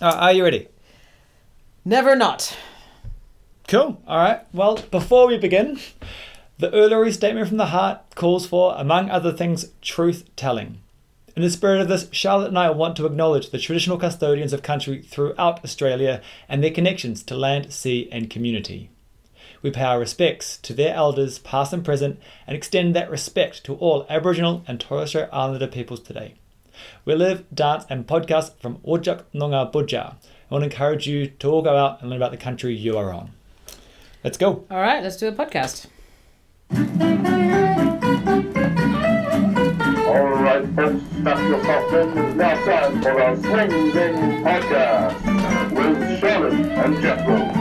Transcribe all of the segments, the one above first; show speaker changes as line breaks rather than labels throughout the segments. Uh, are you ready?
Never not.
Cool. All right. Well, before we begin, the Uluru Statement from the Heart calls for, among other things, truth telling. In the spirit of this, Charlotte and I want to acknowledge the traditional custodians of country throughout Australia and their connections to land, sea, and community. We pay our respects to their elders, past and present, and extend that respect to all Aboriginal and Torres Strait Islander peoples today. We live, dance, and podcast from Orjuk Noongar Budja. I want to encourage you to all go out and learn about the country you are on. Let's go.
All right, let's do a podcast.
All right, folks, strap yourself in. It's now time for our Swing Ding Podcast with Charlotte and Jethro.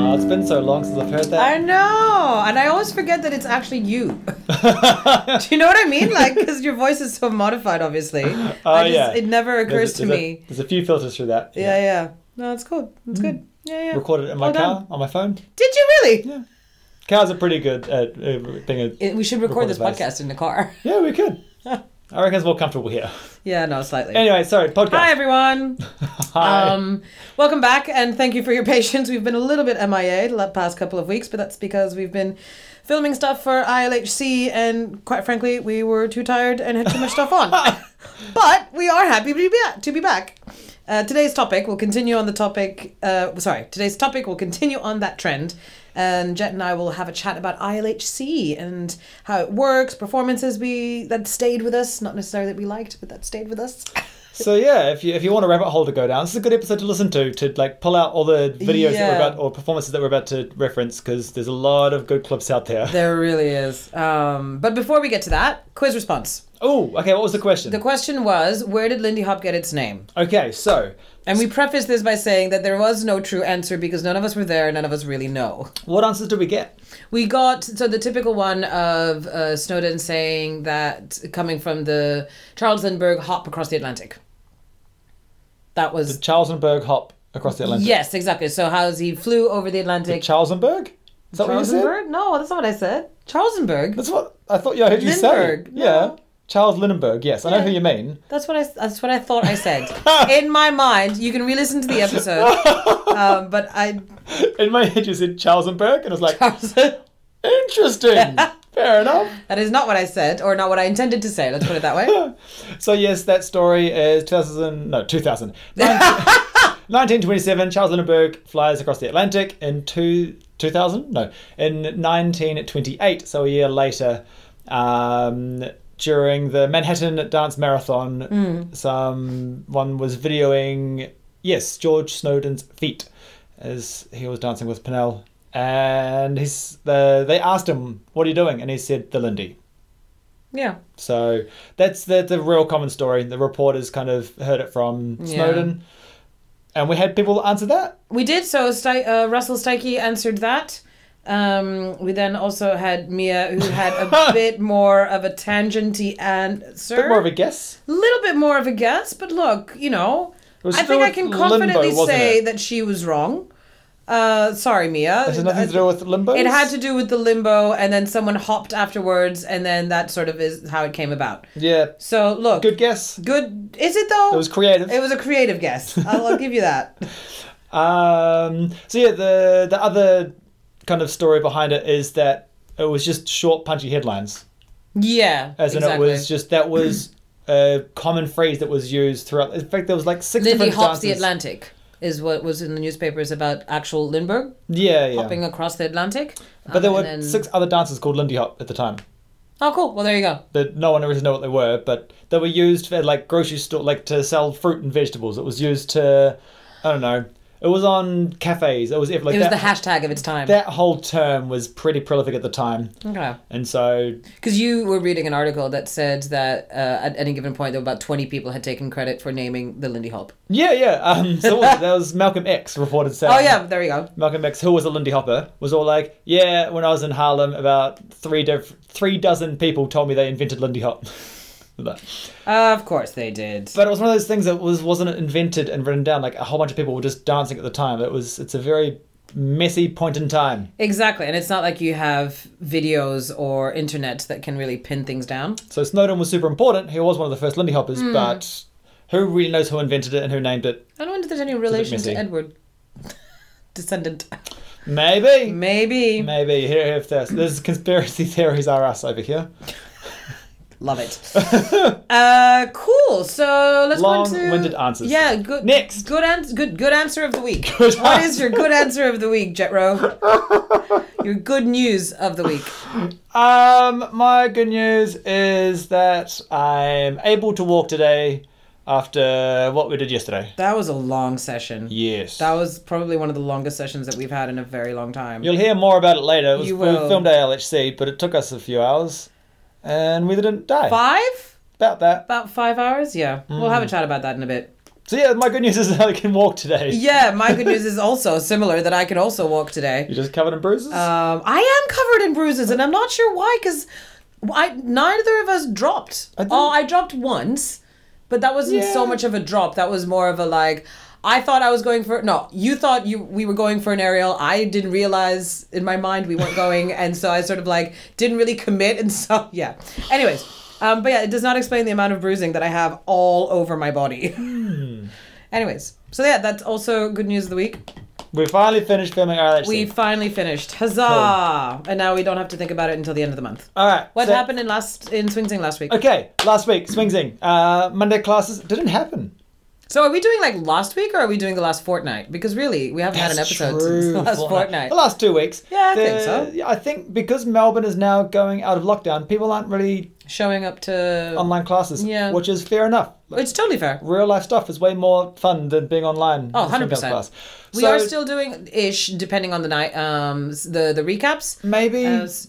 Oh, it's been so long since I've heard that.
I know, and I always forget that it's actually you. do you know what I mean? Like, because your voice is so modified, obviously. Oh I just,
yeah.
It never occurs
There's a-
to
there's a-
me.
there's a few filters through that.
yeah, Hmm. yeah. No, it's cool. It's good. Yeah, yeah.
Recorded it in my
Well
car
done.
on my phone.
Did you really?
Cars are pretty good at uh, being a.
It- we should
Record
record this
the voice.
podcast in the car.
Yeah, we could. I reckon it's more comfortable here.
yeah, no, slightly.
Anyway, sorry, podcast.
Hi, everyone.
Hi.
Um, welcome back, and thank you for your patience. We've been a little bit MIA the past couple of weeks, but that's because we've been filming stuff for ILHC, and quite frankly, we were too tired and had too much stuff on. but we are happy to be back. To be back. Uh, today's topic will continue on the topic. Uh, sorry, today's topic will continue on that trend, and Jet and I will have a chat about ILHC and how it works, performances we that stayed with us, not necessarily that we liked, but that stayed with us.
So yeah, if you if you want a rabbit hole to go down, this is a good episode to listen to to like pull out all the videos that we're
Yeah.
about or performances that we're about to reference because there's a lot of good clips out there.
There really is. Um, but before we get to that, quiz response.
Oh, okay. What was the question?
The question was, where did Lindy Hop get its name?
okay, so
And we preface this by saying that there was no true answer because none of us were there, none of us really know.
what answers did we get?
We got so the typical one of uh, Snowden saying that coming from the Charles Lindbergh hop across the Atlantic. That was
Charlesenburg hop across the Atlantic.
yes, exactly. So how's he flew over the Atlantic?
Charlesenburg. Is that what you said?
Charlesenburg? No, that's not what I said. Charlesenburg.
That's what I thought. Yeah, I heard you
Lindbergh,
say.
no.
Yeah, Charles Lindenberg. Yes, I know who you mean.
That's what I. That's what I thought I said. In my mind, you can re-listen to the episode, um, but I.
In my head, you said Charlesenburg, and I was like,
that
interesting. Fair enough.
is not what I said, or not what I intended to say. Let's put it that way.
So yes, that story is 2000. No, 2000. 1927, Charles Lindbergh flies across the Atlantic in two, 2000? No, in 1928, so a year later, um, during the Manhattan Dance Marathon, someone was videoing, yes, George Snowden's feet as he was dancing with Pinnell. And he's, uh, they asked him, What are you doing? And he said, The Lindy.
Yeah.
So that's the the real common story. The reporters kind of heard it from
Yeah.
Snowden, and we had people answer that.
We did. So Sty- uh, Russell Stikey answered that. Um, we then also had Mia, who had a bit more of a tangenty answer.
Bit more of a guess.
little bit more of a guess, but look, you know,
was
I
to do
think I
with
can
limbo,
confidently
wasn't
say
it?
that she was wrong. Uh, sorry, Mia.
It has nothing to do with limbo.
It had to do with the limbo, and then someone hopped afterwards, and then that sort of is how it came about.
Yeah,
So look,
good guess.
good- Is it though?
It was creative.
It was a creative guess. I'll, I'll give you that.
Um, so yeah, the the other kind of story behind it is that it was just short, punchy headlines,
Yeah,
as
exactly.
in it was just that was a common phrase that was used throughout. In fact, there was like six
Lindy
different
hops the
dances.
Atlantic is what was in the newspapers about actual Lindbergh
Yeah, yeah.
hopping across the Atlantic.
but there
Um,
were
and then-
six other dances called Lindy Hop at the time.
Oh, cool. Well, there you go.
that no one really know what they were, but they were used for like grocery store, like to sell fruit and vegetables. It was used to, I don't know, it was on cafes. It was if like
It was
that,
the hashtag of its time.
that whole term was pretty prolific at the time,
okay.
and so
Because you were reading an article that said that uh, at any given point, there were about 20 people had taken credit for naming the Lindy Hop.
yeah, yeah. Um, so that was Malcolm X reported saying.
Oh, yeah, there you go.
Malcolm X, who was a Lindy Hopper, was all like, "Yeah, when I was in Harlem, about three diff- three dozen people told me they invented Lindy Hop." But
of course they did.
but it was one of those things that was wasn't invented and written down. Like a whole bunch of people were just dancing at the time. It was it's a very messy point in time.
Exactly. And it's not like you have videos or internet that can really pin things down.
So Snowden was super important. He was one of the first Lindy Hoppers, but Who really knows who invented it and who named it?
I don't wonder if there's any relation to
messy.
Edward. Descendant.
Maybe.
Maybe.
Maybe. Here, here, this. There's conspiracy theories are us over here.
Love it. uh, cool. So let's go into
Long-winded answers.
Yeah, good.
Next.
good ans- good good answer of the week.
Good
what
answer.
is your good answer of the week, Jetro? your good news of the week.
Um, my good news is that I'm able to walk today after what we did yesterday.
That was a long session.
Yes.
That was probably one of the longest sessions that we've had in a very long time.
You'll hear more about it later. It was,
You
we
will.
filmed at LHC, but it took us a few hours, and we didn't die.
five?
About that.
About five hours? Yeah. We'll have a chat about that in a bit.
So yeah, my good news is that I can walk today.
Yeah, my good news is also similar that I can also walk today.
You're just covered in bruises.
Um, I am covered in bruises, and I'm not sure why, because I neither of us dropped.
I didn't-
oh, I dropped once, but that wasn't so
Yeah.
much of a drop. That was more of a like. I thought I was going for no. You thought you we were going for an aerial. I didn't realize in my mind we weren't going, and so I sort of like didn't really commit, and so yeah. Anyways, um, but yeah, it does not explain the amount of bruising that I have all over my body.
Hmm.
Anyways, so yeah, that's also good news of the week.
we finally finished filming RLHC.
We finally finished. Huzzah! And now we don't have to think about it until the end of the month.
All right.
What
so-
happened in last in Swing Sing last week?
Okay, last week, Swing Zing. Uh, Monday classes didn't happen.
So are we doing like last week or are we doing the last fortnight? Because really, we haven't had an episode since the last fortnight.
The last two weeks.
Yeah, I
The-
think so.
yeah, I think because Melbourne is now going out of lockdown, people aren't really
Showing up to
online classes.
Yeah.
Which is fair enough. Like,
It's totally fair.
real life stuff is way more fun than being online. in
Oh,
some kind of
100%.
class.
We
So
are still doing ish, depending on the night. Um, s- the the recaps.
maybe
As-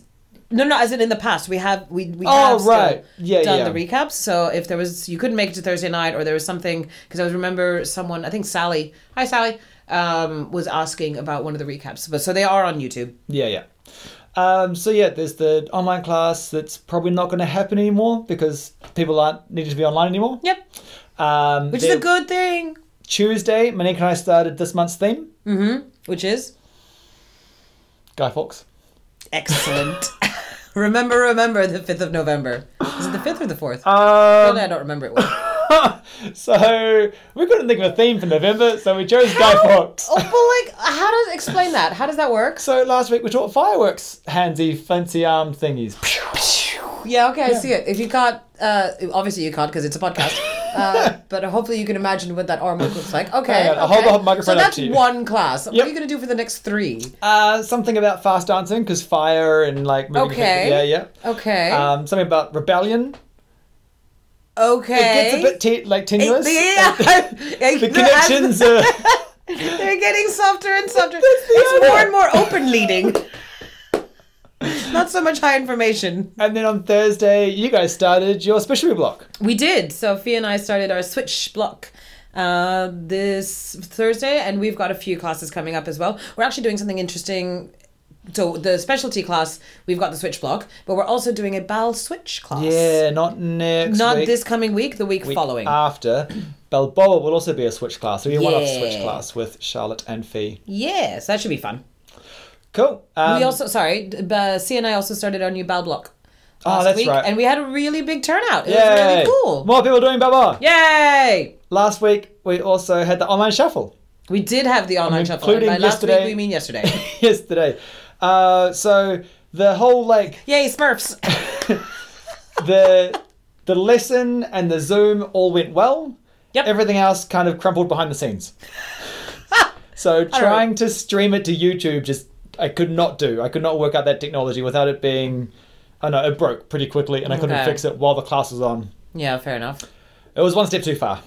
no, no, as in in the past, we have we we
Oh,
have still
right. Yeah,
done
yeah.
the recaps. So if there was, you couldn't make it to Thursday night, or there was something because I was remember someone, I think Sally, hi Sally, um, was asking about one of the recaps. But so they are on YouTube.
Yeah, yeah. Um, so yeah, there's the online class that's probably not going to happen anymore because people aren't needed to be online anymore.
Yep,
Um,
which is
there-
a good thing.
Tuesday, Monique and I started this month's theme,
Which is
Guy Fawkes.
excellent. remember, remember the fifth of November. Is it the fifth or the fourth? Really, I
Um,
don't remember it. Well.
so we couldn't think of a theme for November, so we chose Guy
oh,
Fawkes.
but like, how does explain that? How does that work?
So last week we taught fireworks, handsy, fancy arm thingies.
Yeah, okay, I see it. If you can't, uh, obviously you can't because it's a podcast. Uh, but hopefully you can imagine what that arm look looks like. Okay,
Hang on, I'll
okay.
hold the microphone
So
up
that's
to you.
one class. What
Yep.
are you gonna do for the next three?
Uh, something about fast dancing because fire and like moving.
Okay.
Yeah, yeah.
Okay.
Um, something about rebellion.
okay.
It gets a bit te- like tenuous.
yeah.
the connections are.
They're getting softer and softer.
the
It's
other.
more and more open leading. Not so much high information.
And then on Thursday, you guys started your specialty block.
We did. Sophie and I started our switch block uh, this Thursday, and we've got a few classes coming up as well. We're actually doing something interesting. So the specialty class, we've got the switch block, but we're also doing a bowel switch class.
Yeah, not next
Not
week,
this coming week, the week,
week
following.
After. Balboa will also be a switch class. It'll be a one off switch
Yeah.
class with Charlotte and Fee.
yes, that should be fun.
Cool. Um,
we also, sorry, d- uh, C and I also started our new bowel block.
Oh,
last
that's right.
And we had a really big turnout.
yay.
It was really cool.
More people doing Balboa.
Yay!
Last week, we also had the online shuffle
We did have the online shuffle. and
including
by last week,
yesterday-
we mean yesterday.
yesterday. Uh, so the whole like
Yay, Smurfs!
the the lesson and the Zoom all went well.
Yep.
Everything else kind of crumbled behind the scenes. so trying to stream it to YouTube just I could not do. I could not work out that technology without it being I don't know, it broke pretty quickly and I couldn't
Okay.
fix it while the class was on.
Yeah, fair enough.
It was one step too far.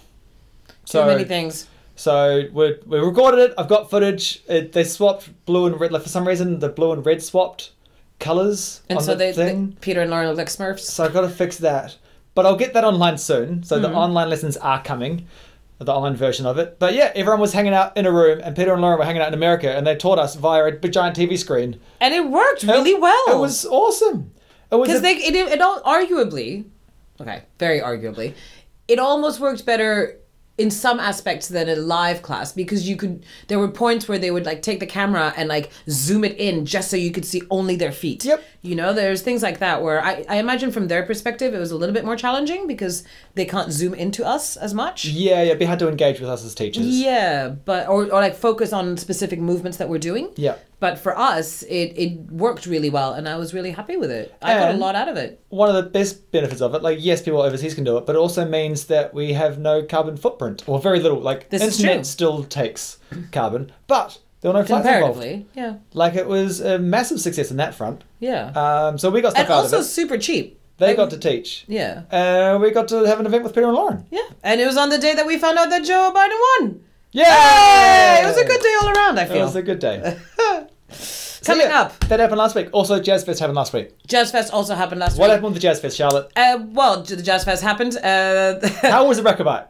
So
Too many things.
so we we recorded it. I've got footage. It, they swapped blue and red. Like for some reason, the blue and red swapped colors
And
on
so
the
they,
thing.
they- Peter and Lauren look like Smurfs.
So I've got to fix that. But I'll get that online soon. So
Mm-hmm.
the online lessons are coming, the online version of it. But yeah, everyone was hanging out in a room, and Peter and Lauren were hanging out in America, and they taught us via a big giant TV screen.
And it worked really
It-
well.
It was awesome. It was
because
a-
they it, it all arguably, okay, very arguably, it almost worked better in some aspects than a live class because you could there were points where they would like take the camera and like zoom it in just so you could see only their feet
Yep.
you know there's things like that where I, I imagine from their perspective it was a little bit more challenging because they can't zoom into us as much
Yeah, yeah, they had to engage with us as teachers.
yeah, but or, or like focus on specific movements that we're doing.
Yeah.
But for us, it it worked really well, and I was really happy with it. I got a
And-
lot out of it.
One of the best benefits of it, like yes, people overseas can do it, but it also means that we have no carbon footprint or very little. Like
This is true.
internet still takes carbon, but there were no flights involved.
Comparatively, yeah,
Like it was a massive success in that front.
yeah,
Um, so we got stuff
and
out
also
of it.
super cheap.
They
Like,
got to teach.
yeah,
Uh, we got to have an event with Peter and Lauren.
yeah, and it was on the day that we found out that Joe Biden won.
Yeah,
Hey, it was a good day all around. I
It
feel
was a good day. So,
coming
yeah,
up.
that happened last week. Also, Jazz Fest happened last week.
Jazz Fest also happened last
What
week.
happened with the Jazz Fest, Charlotte?
Uh, well, the Jazz Fest happened. Uh,
How was the Rechabite?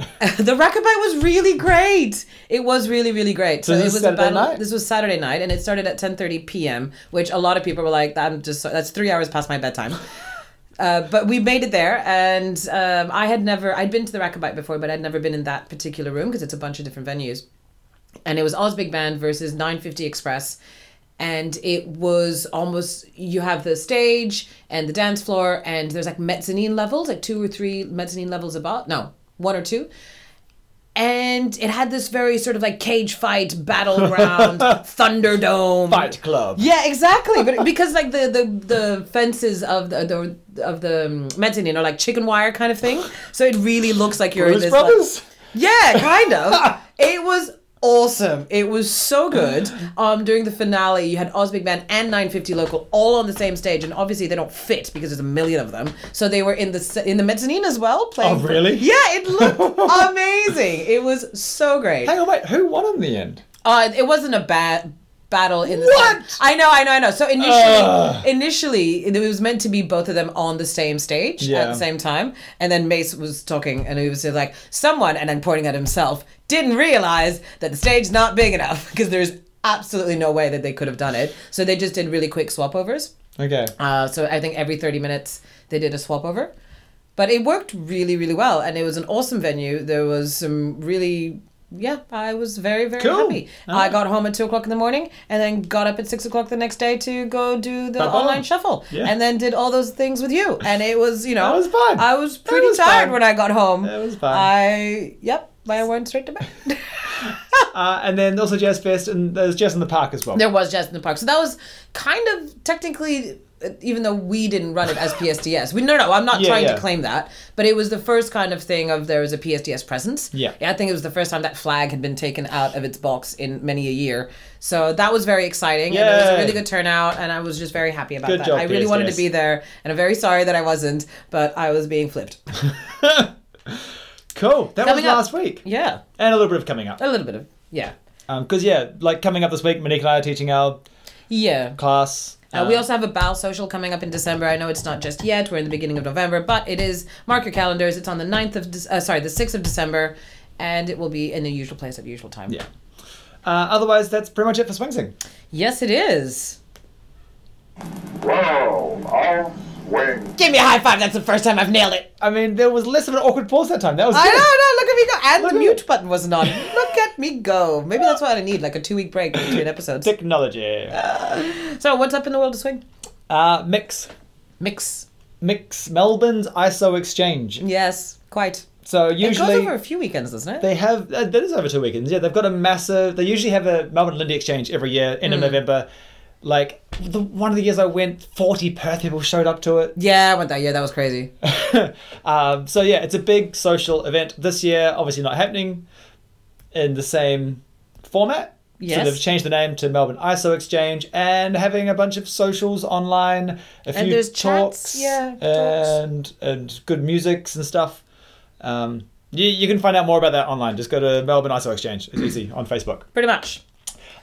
the Rockabye was really great. It was really, really great.
So
So,
this
it
is
was
Saturday
about
night?
this was Saturday night, and it started at ten thirty p.m., which a lot of people were like, "I'm just so- that's three hours past my bedtime." Uh, but we made it there, and um, I had never I'd been to the Rockabye before, but I'd never been in that particular room because it's a bunch of different venues and it was Oz Big Band versus 950 Express. And it was almost you have the stage and the dance floor, and there's like mezzanine levels, like two or three mezzanine levels above. No, one or two. And it had this very sort of like cage fight, battleground, Thunderdome.
Fight Club.
Yeah, exactly. But because like the the, the fences of the, the of the um, mezzanine are like chicken wire kind of thing, so it really looks like you're in
Blues
this. like-
Brothers.
yeah, kind of. it was awesome. It was so good. Um, during the finale, you had Oz Big Band and 950 Local all on the same stage, and obviously they don't fit because there's a million of them. So they were in the se- in the mezzanine as well playing.
Oh,
for-
really?
yeah, it looked amazing. It was so great.
Hang on, wait. Who won in the end?
Uh, it wasn't a bad battle in the
What?
sense- I know, I know, I know. So initially,
Ugh.
initially it was meant to be both of them on the same stage at
Yeah.
the same time, and then Mace was talking, and he was just like, "Someone," and then pointing at himself, didn't realize that the stage's not big enough because there's absolutely no way that they could have done it. So they just did really quick swap overs.
Okay.
Uh, so I think every 30 minutes they did a swap over. But it worked really, really well. And it was an awesome venue. There was some really, yeah, I was very, very
Cool.
happy. I got home at 2 o'clock in the morning and then got up at 6 o'clock the next day to go do the
Bye-bye.
online shuffle.
Yeah.
And then did all those things with you. And it was, you know,
That was fun.
I was
That
pretty
was
tired
fun.
when I got home.
That was fun.
I, yep, I went straight to bed.
Uh, and then also Jazz Fest, and there's Jazz in the Park as well.
There was Jazz in the Park. So that was kind of technically, uh, even though we didn't run it as PSDS. We, no, no, I'm not
Yeah,
trying
yeah.
to claim that. But it was the first kind of thing of there was a PSDS presence.
Yeah.
I think it was the first time that flag had been taken out of its box in many a year. So that was very exciting. And it was a
Yay.
really good turnout. And I was just very happy about
Good
that.
job,
I really wanted to
PSDS.
be there. And I'm very sorry that I wasn't, but I was being flipped.
Cool. That was
Coming up. Uh,
last week.
yeah.
And a little bit of coming up.
A little bit of, yeah.
Because, yeah, like coming up this week, Monique and I are teaching our
Yeah.
class.
Uh, we also have a Bow Social coming up in December. I know it's not just yet. We're in the beginning of November, but it is. Mark your calendars. It's on the 9th of, Dec- uh, sorry, the 6th of December, and it will be in the usual place at the usual time.
Yeah. Uh, otherwise, that's pretty much it for Swing Sing.
Yes, it is.
Wow, I'll swing.
Give me a high five. That's the first time I've nailed it.
I mean, there was less of an awkward pause that time. That was
I
good.
know, no, look at me go. And
Look
the
at
mute
it.
button wasn't on. Look at me go. Maybe that's what I need, like a two week break between episodes.
Technology.
Uh, So, what's up in the world of swing?
Uh, mix.
Mix.
Mix Melbourne's ISO Exchange.
Yes, quite.
So
It goes over a
usually
few weekends, doesn't it?
they have uh, that is over two weekends. Yeah, they've got a massive. They usually have a Melbourne Lindy Exchange every year
Hmm.
end of November. Like the, one of the years I went, forty Perth people showed up to it.
yeah, I went that. Yeah, that was crazy.
um, so yeah, it's a big social event this year. Obviously not happening in the same format.
Yes.
So they've changed the name to Melbourne ISO Exchange and having a bunch of socials online, a few
there's chats,
talks,
yeah, talks.
and and good musics and stuff. Um, you, you can find out more about that online. Just go to Melbourne ISO Exchange. It's easy on Facebook.
Pretty much.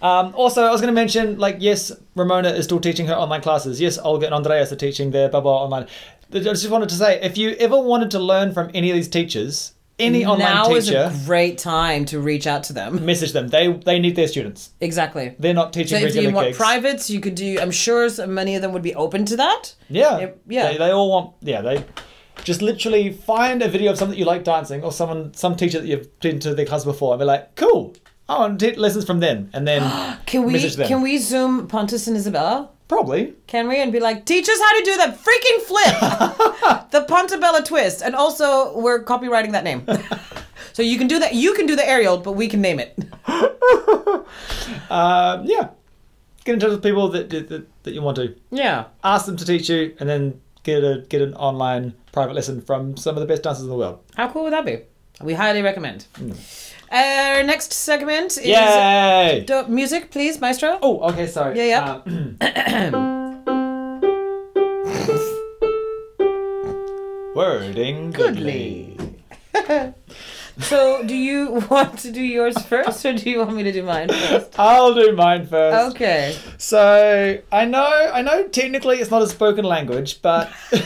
Um, also, I was going to mention, like, yes, Ramona is still teaching her online classes. Yes, Olga and Andreas are teaching their Baba online. I just wanted to say, if you ever wanted to learn from any of these teachers, any online
now is
teacher,
a great time to reach out to them.
message them. They they need their students.
Exactly.
They're not
So
teaching
if
regular
you want
gigs.
privates, you could do. I'm sure so many of them would be open to that.
yeah,
Yep, yeah.
They, they all want. Yeah, they. Just literally find a video of someone that you like dancing or someone, some teacher that you've been to their class before and be like, cool, I want to take lessons from them. And then
Can we
message them.
can we zoom Pontus and Isabella?
Probably.
Can we? And be like, teach us how to do that freaking flip, the Pontabella twist, and also we're copywriting that name. so you can do that. You can do the aerial, but we can name it.
Um, yeah. Get in touch with people that, that, that you want to.
Yeah.
Ask them to teach you and then get a get an online private lesson from some of the best dancers in the world.
How cool would that be? We highly recommend. Our Hmm. Uh, next segment is
Yay!
Do- music, please, Maestro.
Oh, okay, sorry.
Yeah, yeah.
Um, wording goodly.
So, do you want to do yours first, or do you want me to do mine first?
I'll do mine first.
Okay.
So I know, I know. Technically, it's not a spoken language, but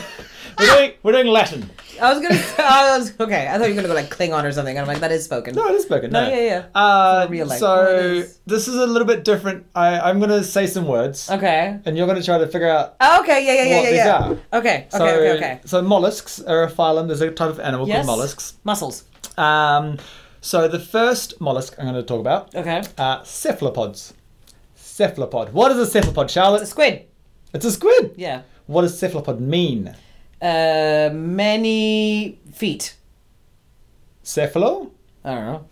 we're doing we're doing Latin.
I was gonna. I was, okay. I thought you were gonna go like Klingon or something, and I'm like, that is spoken.
No, it is spoken. No,
yeah, yeah.
Uh,
It's not real language.
so
No, it is.
this is a little bit different. I, I'm gonna say some words,
Okay.
and you're gonna try to figure out.
Oh, okay. Yeah, yeah,
What
yeah,
these
yeah. yeah.
are.
Okay. Okay.
So,
okay. Okay.
so mollusks are a phylum. There's a type of animal
Yes.
called mollusks.
Muscles.
Um, so the first mollusk I'm going to talk about
Okay.
are cephalopods. Cephalopod. What is a cephalopod, Charlotte?
The squid.
It's a squid.
Yeah.
What does cephalopod mean?
Uh, many feet.
Cephalo?
I don't know.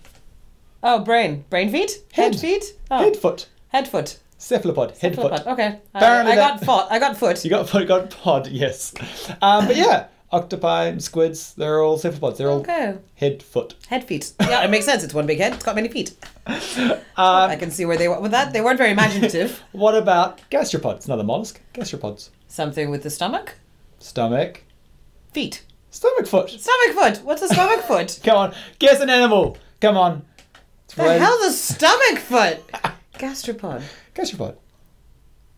Oh, brain. Brain feet. Head,
Head.
feet. Oh.
Head foot.
Head foot.
Cephalopod. Head foot.
Flip-flop. Okay. I,
Apparently
I
that-
got foot. I got foot.
You got foot, got pod, yes. Um, but yeah, octopi, squids, they're all cephalopods. They're all
Okay.
head foot.
Head feet. Yeah, it makes sense. It's one big head. It's got many feet. I
Um,
can see where they were with that. They weren't very imaginative.
what about gastropods? Another mollusk. Gastropods.
Something with the stomach.
Stomach.
Feet.
Stomach foot.
Stomach foot. What's a stomach foot?
Come on, guess an animal. Come on. It's
the
right-
hell's a stomach foot? Gastropod.
Gastropod.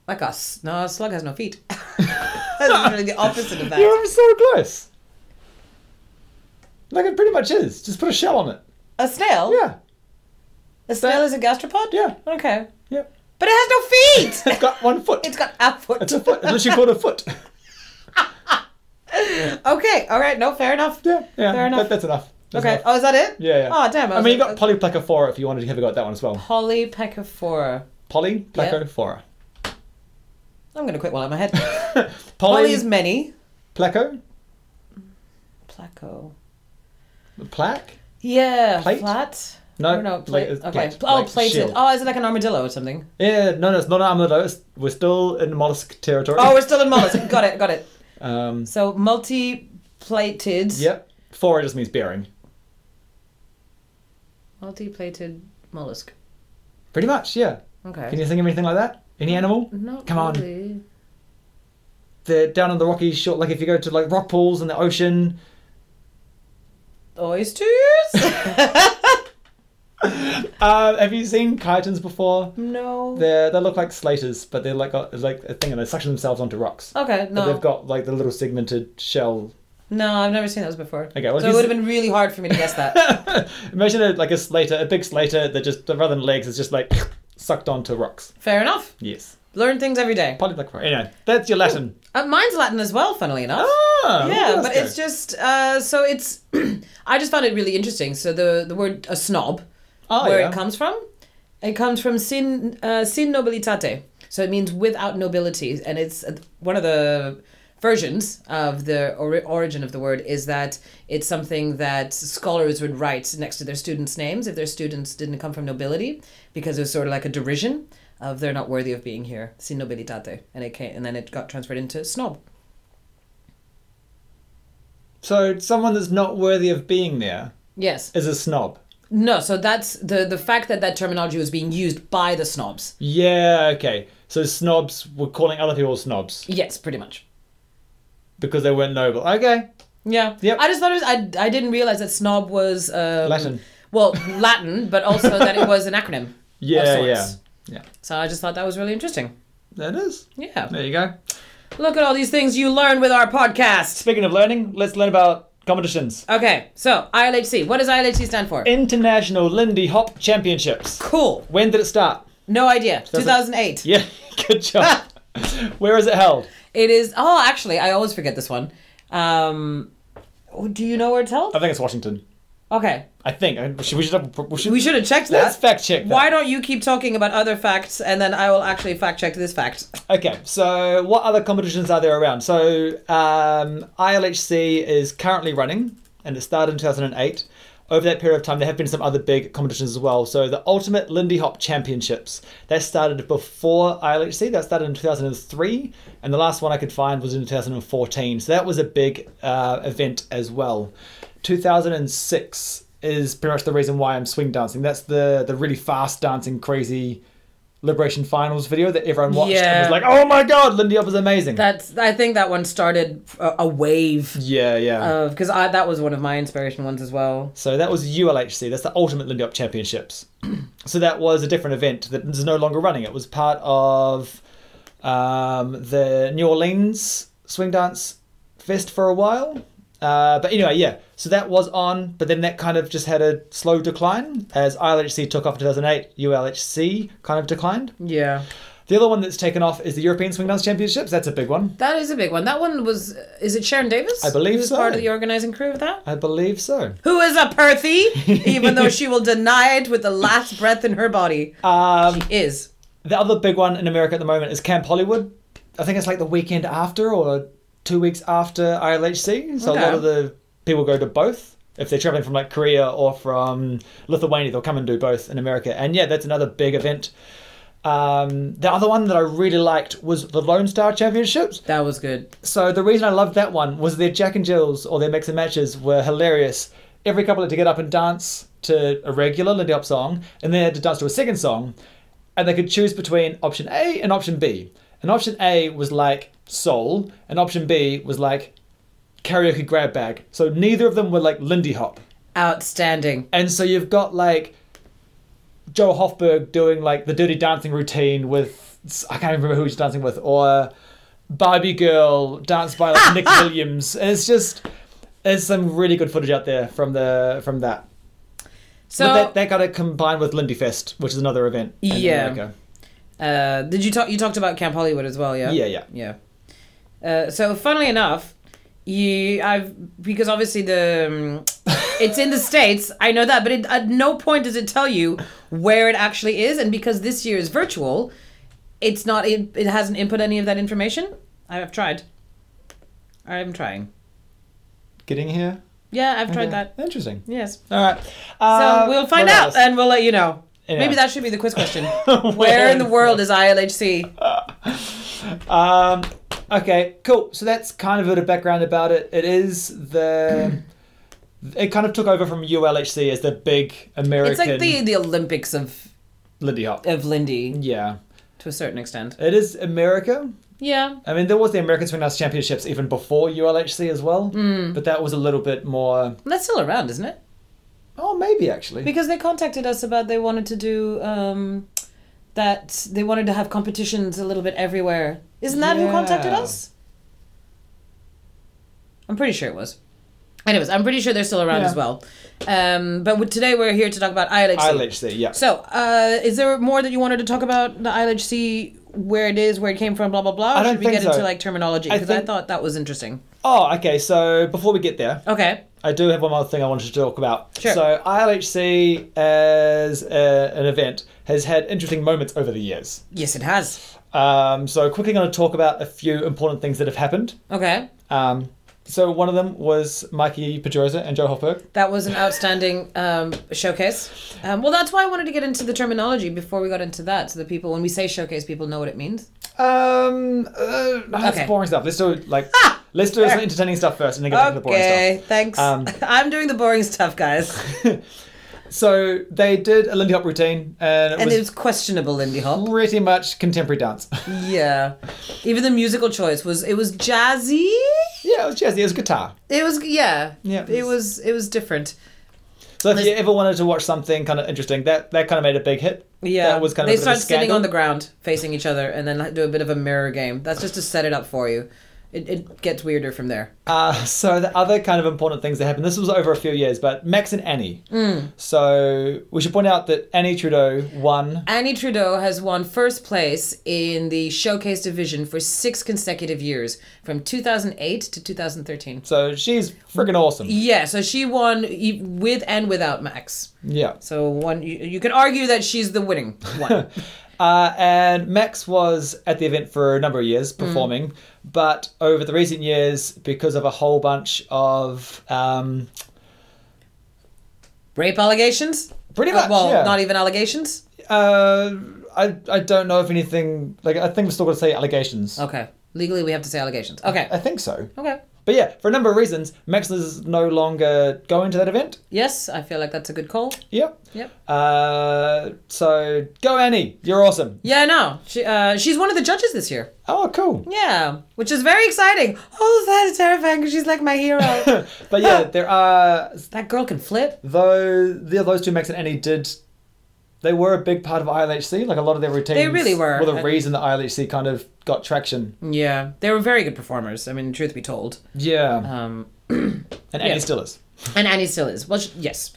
Like us. No, a slug has no feet. That's really the opposite of
You
that.
were so close. Like it pretty much is. Just put a shell on it.
A snail.
Yeah.
A snail is a gastropod.
Yeah.
Okay.
Yep.
But it has no
It's
feet.
got one foot.
it's got a foot.
It's a foot. Unless you call it a foot.
Okay. All right. No. Fair enough.
Yeah. Yeah.
Fair enough.
That, that's enough. That's
Okay.
enough.
Oh, is that it?
Yeah, yeah.
Oh, damn.
I,
was
mean, you
like-
got polyplacophora if you wanted to have a go at that one as well.
Polypecophora.
Polyplacophora.
I'm gonna quit while I'm ahead. Poly is
Poly.
many.
Placo.
Placo.
Plaque.
Yeah.
Plate?
Flat.
No,
Or no.
like,
Plate.
it's
okay.
plate,
oh,
like
plated.
shield.
Oh, is it like an armadillo or something?
Yeah. No, no, it's not an armadillo. It's, we're still in mollusk territory.
Oh, we're still in mollusk. got it. Got it.
Um.
So multi-plated.
Yep. Fora just means bearing.
Multi-plated mollusk.
Pretty much. Yeah.
Okay.
Can you think of anything like that?
Mm.
Any animal?
Not
Come on.
really.
They're down on the rocky shore. Like if you go to like rock pools in the ocean.
Oysters.
Um, have you seen chitons before?
no.
They they look like slaters, but they're like a, like a thing, and they suction themselves onto rocks.
Okay.
But
Oh, No.
they've got like the little segmented shell.
No, I've never seen those before.
Okay, well, if
so it
you
would have
s-
been really hard for me to guess that.
Imagine a, like a slater, a big slater that just rather than legs is just like sucked onto rocks.
Fair enough.
Yes,
Learn things every day.
polyplacophora. Anyway, that's your Latin.
Uh, mine's Latin as well, funnily enough.
Ah,
Oh, yeah, but it's just uh, so it's. I just found it really interesting. So the the word a snob,
oh,
where
yeah.
it comes from, it comes from sin uh, sin nobilitate. So it means without nobility, and it's uh, one of the versions of the ori- origin of the word is that it's something that scholars would write next to their students' names if their students didn't come from nobility, because it was sort of like a derision of they're not worthy of being here, sin nobilitate, and it came, and then it got transferred into snob.
So someone that's not worthy of being there
Yes.
is a snob.
No, so that's the the fact that that terminology was being used by the snobs.
Yeah, okay. So snobs were calling other people snobs
Yes, pretty much.
because they weren't noble. Okay.
Yeah.
Yep.
I just thought it was. I, I didn't realize that snob was um,
Latin.
Well, Latin, but also that it was an acronym. of
Yeah, yeah.
sorts.
Yeah.
So I just thought that was really interesting.
There it is.
Yeah.
There you go.
Look at all these things you learn with our podcast.
Speaking of learning, let's learn about competitions.
Okay, so ILHC. What does ILHC stand for?
International Lindy Hop Championships.
cool.
When did it start?
No idea.
it-
2008.
Yeah, good job. Where is it held?
It is. Oh, actually, I always forget this one. Um, Oh, Do you know where it's held?
I think it's Washington.
Okay.
I think I- we should. We should. have- We should,
We should have checked
Let's
that.
fact check. That.
Why don't you keep talking about other facts and then I will actually fact check this fact?
Okay, so what other competitions are there around? So um, ILHC is currently running, and it started in 2008. Over that period of time, there have been some other big competitions as well. So the Ultimate Lindy Hop Championships that started before ILHC. That started in 2003, and the last one I could find was in 2014. So that was a big uh, event as well. 2006 is pretty much the reason why I'm swing dancing. That's the the really fast dancing, crazy Liberation Finals video that everyone watched and was
Yeah.
like, "Oh my god, Lindy Hop is amazing."
That's. I think that one started a, a wave
yeah, yeah.
of because I that was one of my inspiration ones as well.
so that was ULHC. That's the Ultimate Lindy Hop Championships. so that was a different event that is no longer running. It was part of um, the New Orleans Swing Dance Fest for a while. Uh, but anyway, yeah. So that was on, but then that kind of just had a slow decline as ILHC took off in 2008. ULHC kind of declined.
Yeah.
The other one that's taken off is the European Swing Dance Championships. That's a big one.
That is a big one. That one was. Is it Sharon Davis?
I believe
who was
so.
part of the organizing crew of that.
I believe so.
Who is a Perthy, even though she will deny it with the last breath in her body.
Um,
she is.
the other big one in America at the moment is Camp Hollywood. I think it's like the weekend after or two weeks after ILHC. So a lot
Okay.
of the people go to both. If they're traveling from like Korea or from Lithuania, they'll come and do both in America. And yeah, that's another big event. Um, the other one that I really liked was the Lone Star Championships.
That was good.
So the reason I loved that one was their Jack and Jills or their mix and matches were hilarious. Every couple had to get up and dance to a regular Lindy Hop song, and they had to dance to a second song, and they could choose between option A and option B. And option A was like soul, and option B was like karaoke grab bag. So neither of them were like Lindy Hop.
Outstanding.
And so you've got like Joe Hofberg doing like the dirty dancing routine with I can't remember who he's dancing with, or Barbie Girl danced by like Nick Williams. And it's just there's some really good footage out there from the from that.
So,
but that, that got it combined with Lindy Fest, which is another event. in
Yeah.
America.
uh, did you talk? You talked about Camp Hollywood as well, yeah.
Yeah, yeah.
yeah. Uh, so, funnily enough, you I've because obviously the um, it's in the states. I know that, but it, at no point does it tell you where it actually is, and because this year is virtual, it's not. It, it hasn't input any of that information. I have tried. I'm trying.
Getting here.
Yeah, I've tried that.
Interesting.
Yes.
All right.
So
Uh,
we'll find
what
out
else?
and we'll let you know.
Yeah.
Maybe that should be the quiz question. Where in the world is ILHC?
Um, okay, cool. So that's kind of a bit of background about it. It is the. it kind of took over from ULHC as the big American
It's like the, the Olympics of,
Lindy Hop.
of Lindy
Yeah.
to a certain extent.
It is America.
Yeah.
I mean, there was the American Swing Dance Championships even before ULHC as well,
Mm.
but that was a little bit more.
That's still around, isn't it?
Oh, maybe actually.
Because they contacted us about they wanted to do um, that, they wanted to have competitions a little bit everywhere. Isn't that who contacted
Yeah.
us? I'm pretty sure it was. Anyways, I'm pretty sure they're still around
Yeah.
as well. Um, but w- today we're here to talk about ILHC.
ILHC, yeah.
So, uh, is there more that you wanted to talk about the ILHC, where it is, where it came from, blah blah blah?
I
Or
don't
should we
think
get into
so.
like terminology?
I
Because I
think-
thought that was interesting.
oh, okay. So before we get there,
Okay.
I do have one other thing I wanted to talk about.
Sure.
So ILHC as a, an event has had interesting moments over the years.
Yes, it has.
Um, so quickly going to talk about a few important things that have happened.
Okay.
Um, so one of them was Mikey Pedroza and Joe Hofberg.
That was an outstanding um, showcase. Um, well, that's why I wanted to get into the terminology before we got into that, so that people, when we say showcase, people know what it means.
Um, uh, that's
Okay.
boring stuff. Let's do like let's do some
Fair.
entertaining stuff first, and then get back to the boring stuff.
Okay. Thanks.
Um,
I'm doing the boring stuff, guys,
So they did a Lindy Hop routine, and it
and
was
it was questionable, Lindy Hop.
pretty much contemporary dance.
Yeah. Even the musical choice was it was jazzy.
yeah, it was jazzy. It was guitar.
It was yeah.
Yeah.
It was it was different.
So if you ever wanted to watch something kind of interesting, that that kind of made a big hit.
Yeah,
that was kind of
they
a bit of
start
a
sitting
scandal.
on the ground facing each other and then like, do a bit of a mirror game. That's just to set it up for you. it, it gets weirder from there.
Uh, so the other kind of important things that happened. This was over a few years, but Max and Annie.
Mm.
So we should point out that Annie Trudeau won.
Annie Trudeau has won first place in the showcase division for six consecutive years, from 2008 to 2013.
So she's friggin' awesome.
Yeah, so she won e- with and without Max.
Yeah.
So one, you, you could argue that she's the winning one.
Uh, and Max was at the event for a number of
Mm.
years performing, but over the recent years, because of a whole bunch of um,
Rape allegations?
Pretty
Uh,
much,
well,
yeah.
not e- even allegations.
uh, I I don't know if anything like I think we're still gonna say allegations.
Okay, legally we have to say allegations. Okay,
I think so.
okay.
But yeah, for a number of reasons, Max is no longer going to that event.
Yes, I feel like that's a good call.
Yep.
Yep.
Uh, so go Annie, you're awesome.
Yeah, no, she uh, she's one of the judges this year.
Oh, cool.
Yeah, which is very exciting. Oh, that is terrifying 'cause she's like my hero.
But yeah, there are
that girl can flip.
though the, those two Max and Annie did. They were a big part of ILHC. Like a lot of their routines.
They really were. Mm.
Were the
I-
reason that ILHC kind of got traction.
Yeah, they were very good performers. I mean, truth be told,
Yeah,
um,
and Annie
yeah.
still is.
and Annie still is. Well, she, yes.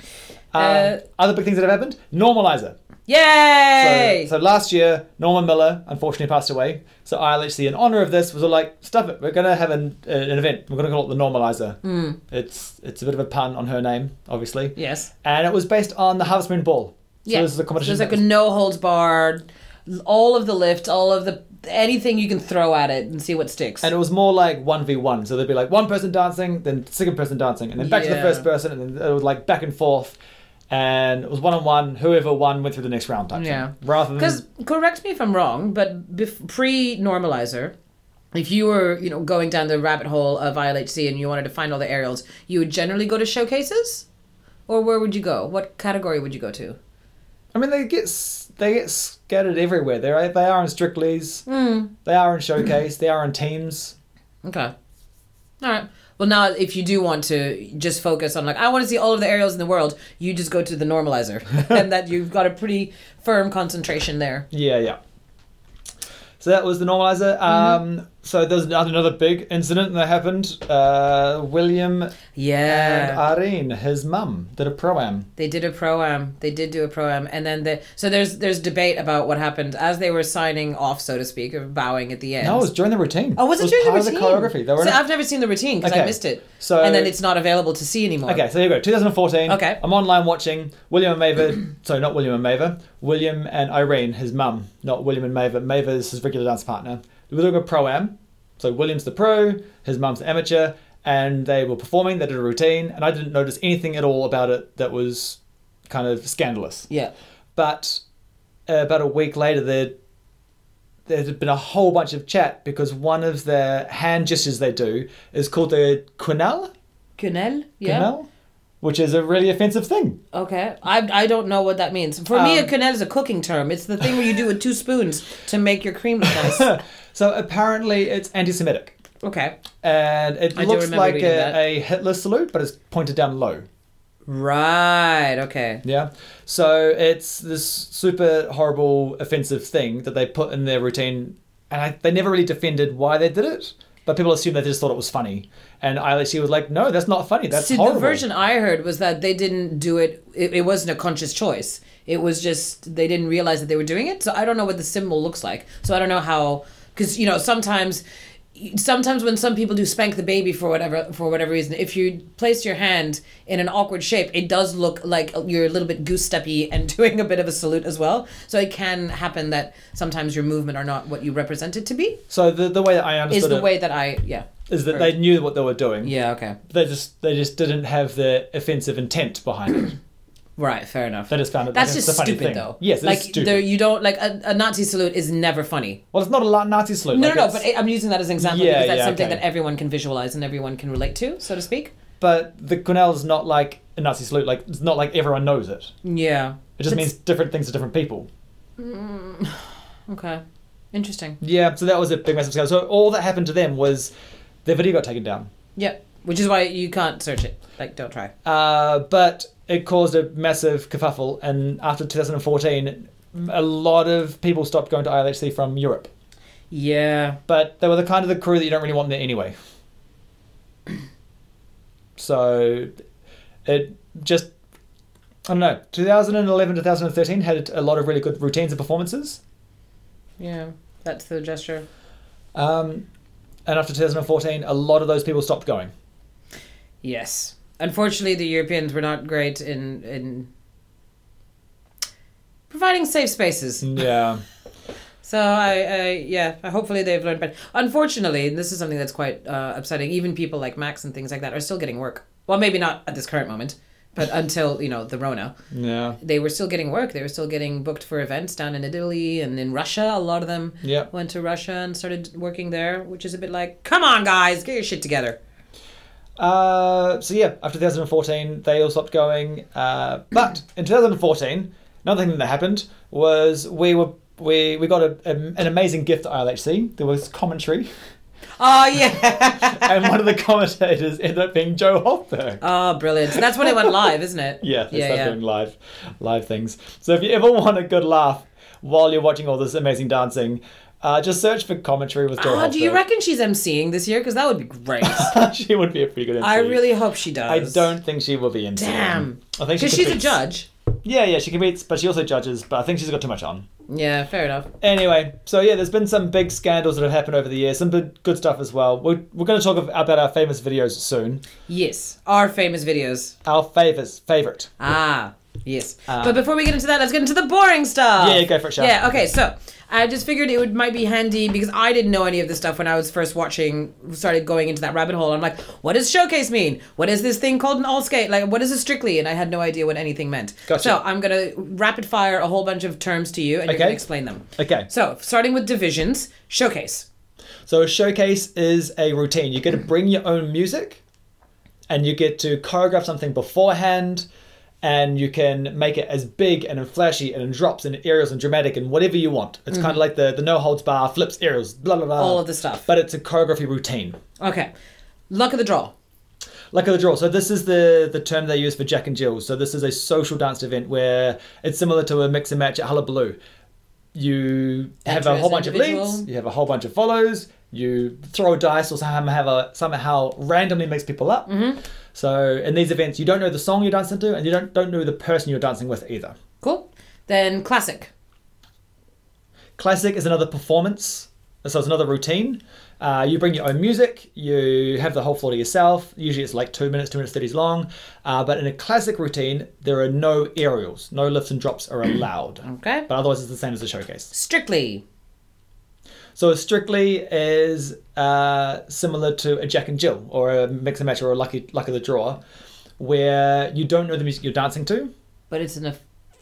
Um,
Uh,
other big things that have happened: Normalizer. So-
Yay!
So, last year, Norman Miller unfortunately passed away. So ILHC, in honor of this, was all like, "Stuff it, we're gonna have an, an event. We're gonna call it the Normalizer."
Mm.
It's it's a bit of a pun on her name, obviously.
yes.
And it was based on the Harvest Moon Ball. So
yeah.
this is a competition.
There's like
that
a no holds barred, all of the lift, all of the anything you can throw at it and see what sticks.
And it was more like 1v1. So there'd be like one person dancing, then second person dancing, and then back to the
Yeah.
first person, and then it was like back and forth. And it was one on one. Whoever won went through the next round type thing.
Yeah.
Rather
Because
than.
correct me if I'm wrong, but bef- pre-normalizer, if you were you know going down the rabbit hole of ILHC and you wanted to find all the aerials, you would generally go to showcases, or where would you go? What category would you go to?
I mean, they get s- they get scattered everywhere. They're, they are in Strictly's,
Hmm.
they are in Showcase, they are in Teams.
Okay, all right. Well, now if you do want to just focus on like I want to see all of the aerials in the world, you just go to the normalizer, and that you've got a pretty firm concentration there.
Yeah, yeah. So that was the normalizer.
Mm-hmm.
Um, so there's another another big incident that happened. Uh, William
Yeah.
and Irene, his mum, did a pro am.
They did a pro am. They did do a pro am, and then the so there's there's debate about what happened as they were signing off, so to speak, or bowing at the end.
No, it was during the routine.
oh, was it, during
part
the routine?
Of the choreography. They were
so
in a-
I've never seen the routine because
Okay.
I missed it.
So-
and then it's not available to see anymore.
Okay, so here we go. 2014.
Okay.
I'm online watching William and Maver. sorry, not William and Maver. William and Irene, his mum, not William and Maver. Maver is his regular dance partner. They were doing a pro am. So William's the pro, his mum's the amateur, and they were performing. They did a routine, and I didn't notice anything at all about it that was kind of scandalous.
Yeah.
But uh, about a week later, there there had been a whole bunch of chat because one of the hand gestures they do is called the quenelle.
Cunel. Yeah.
Kumail, which is a really offensive thing.
Okay. I, I don't know what that means. For me, a cunel is a cooking term. It's the thing where you do with two spoons to make your cream look nice.
So apparently it's anti-Semitic,
okay.
and it
I do
looks
remember
like
reading that.
a, a Hitler salute, but it's pointed down low.
Right. Okay.
Yeah, so it's this super horrible, offensive thing that they put in their routine, and I, they never really defended why they did it. But people assume they just thought it was funny, and I actually was like, "No, that's not funny. That's
See,
horrible."
the version I heard was that they didn't do it, it. It wasn't a conscious choice. It was just they didn't realize that they were doing it. So I don't know what the symbol looks like. So I don't know how, because you know sometimes, sometimes when some people do spank the baby for whatever for whatever reason, if you place your hand in an awkward shape, it does look like you're a little bit goose steppy and doing a bit of a salute as well. So it can happen that sometimes your movement are not what you represent it to be.
so the, the way that I
Is
understood
the
it
way that I yeah
is that they knew what they were doing.
yeah okay
They just they just didn't have the offensive intent behind it.
right fair enough.
They just found it.
That's
it's a
just
funny
stupid,
thing.
though.
Yes, it's
like
stupid.
There, you don't like a, a Nazi salute is never funny.
Well, it's not a la- Nazi salute.
No,
like
no, no.
it's-
But I- I'm using that as an example
Yeah,
because that's
yeah,
something
okay.
that everyone can visualize and everyone can relate to, so to speak.
but the Cornell is not like a Nazi salute. Like it's not like everyone knows it.
Yeah.
It just means different things to different people.
okay. Interesting.
Yeah. So that was a big massive scandal. So all that happened to them was their video got taken down.
Yep. Which is why you can't search it. Like, don't try.
Uh, but it caused a massive kerfuffle, and after 2014, a lot of people stopped going to ILHC from Europe.
Yeah.
but they were the kind of the crew that you don't really want there anyway. So it just I don't know. 2011 2013 had a lot of really good routines and performances.
Yeah. That's the gesture.
Um, and after 2014, a lot of those people stopped going.
Yes. Unfortunately, the Europeans were not great in in providing safe spaces.
Yeah.
So I, I yeah, hopefully they've learned. But unfortunately, and this is something that's quite uh, upsetting. Even people like Max and things like that are still getting work. Well, maybe not at this current moment, but until you know the Rona,
Yeah.
they were still getting work. They were still getting booked for events down in Italy and in Russia. A lot of them
Yeah.
went to Russia and started working there, which is a bit like, come on, guys, get your shit together.
Uh, so yeah, after 2014, they all stopped going. Uh, but in 2014, another thing that happened was we were we, we got a, a- an amazing gift at ILHC. There was commentary,
Oh yeah.
and one of the commentators ended up being Joe Hofberg.
oh, brilliant. That's when it went live, isn't it?
yeah, they
Yeah.
started
yeah.
doing live live things. So if you ever want a good laugh while you're watching all this amazing dancing, uh, just search for commentary with Joe
Oh,
Hofberg.
do you reckon she's emceeing this year? Because that would be great.
she would be a pretty good MC.
I really hope she
I
does.
don't think she will be in.
Damn.
I think she
Because she's a
competes.
judge.
Yeah, yeah, she competes, but she also judges. But I think she's got too much on.
Yeah, fair enough.
Anyway, so yeah, there's been some big scandals that have happened over the years, some good good stuff as well. We're, we're going to talk of- about our famous videos soon.
Yes, our famous videos.
Our favors, favorite.
Ah, yes. but before we get into that, let's get into the boring stuff.
Yeah, yeah, go for it, Shaf.
Yeah, okay. So I just figured it would might be handy because I didn't know any of this stuff when I was first watching. Started going into that rabbit hole. I'm like, what does showcase mean? What is this thing called an all skate? Like, what is it strictly? And I had no idea what anything meant.
Gotcha.
So I'm gonna rapid fire a whole bunch of terms to you, and you're
Okay.
gonna explain them.
Okay.
So starting with divisions, showcase.
So a showcase is a routine. You get to bring your own music, and you get to choreograph something beforehand, and you can make it as big and in flashy and in drops and aerials and dramatic and whatever you want. It's kind of like the the no holds bar flips aerials, blah blah blah.
Mm-hmm. All of the stuff.
But it's a choreography routine.
Okay, luck of the draw.
Luck of the draw. So this is the the term they use for Jack and Jill. So this is a social danced event where it's similar to a mix and match at Hullabaloo. You have
Enter
a whole
as
bunch
individual.
of leads. You have a whole bunch of follows. You throw dice or somehow have a somehow randomly mix people up. So in these events, you don't know the song you're dancing to, and you don't don't know the person you're dancing with either.
Cool. Then classic.
Classic is another performance, so it's another routine. Uh, you bring your own music, you have the whole floor to yourself. Usually it's like two minutes, two minutes, 30 is long. Uh, but in a classic routine, there are no aerials, no lifts and drops are allowed.
Okay.
But otherwise, it's the same as a showcase.
Strictly.
So, strictly is uh, similar to a Jack and Jill or a mix and match or a lucky luck of the draw, where you don't know the music you're dancing to.
But it's in a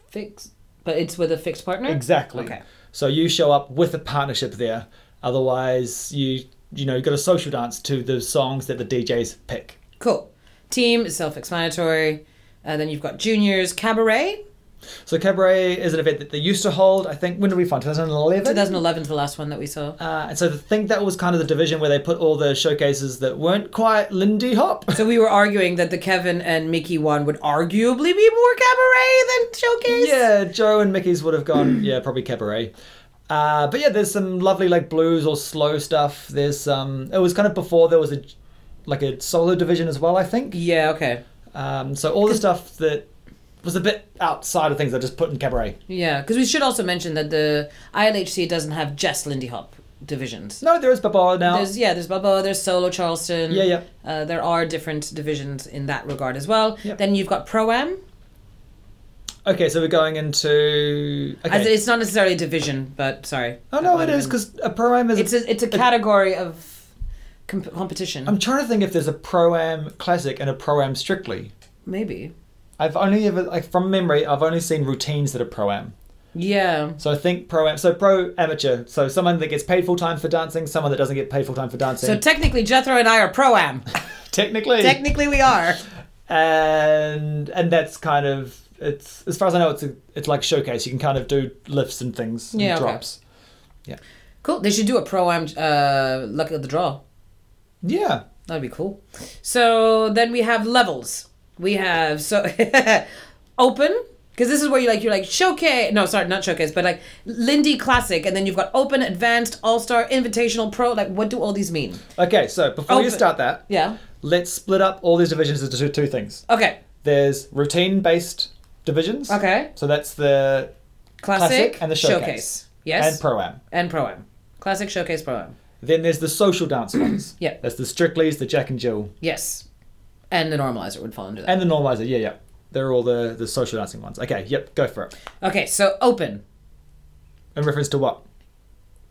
fixed. But it's with a fixed partner.
Exactly.
Okay.
So you show up with a partnership there. Otherwise, you you know you got a social dance to the songs that the DJs pick.
Cool. Team is self-explanatory. And then you've got juniors cabaret.
So cabaret is an event that they used to hold. I think when did we find 2011?
2011 is the last one that we saw.
Uh, and so I think that was kind of the division where they put all the showcases that weren't quite Lindy Hop.
so we were arguing that the Kevin and Mickey one would arguably be more cabaret than showcase.
yeah, Joe and Mickey's would have gone. yeah, probably cabaret. Uh, but yeah, there's some lovely like blues or slow stuff. There's some. It was kind of before there was a like a solo division as well. I think.
Yeah. Okay.
Um, so all the stuff that was a bit outside of things I just put in cabaret.
Yeah. Because we should also mention that the ILHC doesn't have just Lindy Hop divisions.
No, there is Baba now.
There's yeah, there's Balboa, there's solo Charleston.
Yeah, yeah.
Uh, there are different divisions in that regard as well.
Yep.
Then you've got pro am.
Okay, so we're going into. Okay.
As it's not necessarily a division, but sorry.
oh
That
no, it
might have
is
been-
because a pro am is.
it's a it's a category of comp- competition.
I'm trying to think if there's a pro am classic and a pro am strictly.
Maybe.
I've only ever like from memory. I've only seen routines that are pro am.
Yeah.
So I think pro am. So pro amateur. So someone that gets paid full time for dancing, someone that doesn't get paid full time for dancing.
So technically, Jethro and I are pro am.
technically,
technically, we are.
and and that's kind of it's as far as I know. It's a, it's like showcase. You can kind of do lifts and things. And
Yeah, okay.
drops.
Cool. They should do a pro am uh, luck of the draw.
Yeah.
That'd be cool. So then we have levels. We have so open, Because this is where you like you're like showcase. No, sorry, not showcase, but like Lindy Classic, and then you've got Open, Advanced, All Star, Invitational, Pro. Like, what do all these mean?
Okay, so before you
Oh,
start that,
Yeah.
let's split up all these divisions into two, two things.
Okay.
There's routine based divisions.
Okay.
So that's the
Classic,
and the showcase.
showcase. Yes.
and pro am.
and pro am. Classic showcase pro am.
Then there's the social dance ones.
Yeah.
That's the Strictly's, the Jack and Jill,
Yes. And the normalizer would fall under that.
and the normalizer. Yeah, yeah. They're all the, the social dancing ones. Okay, yep, go for it.
okay, so open
In reference to what?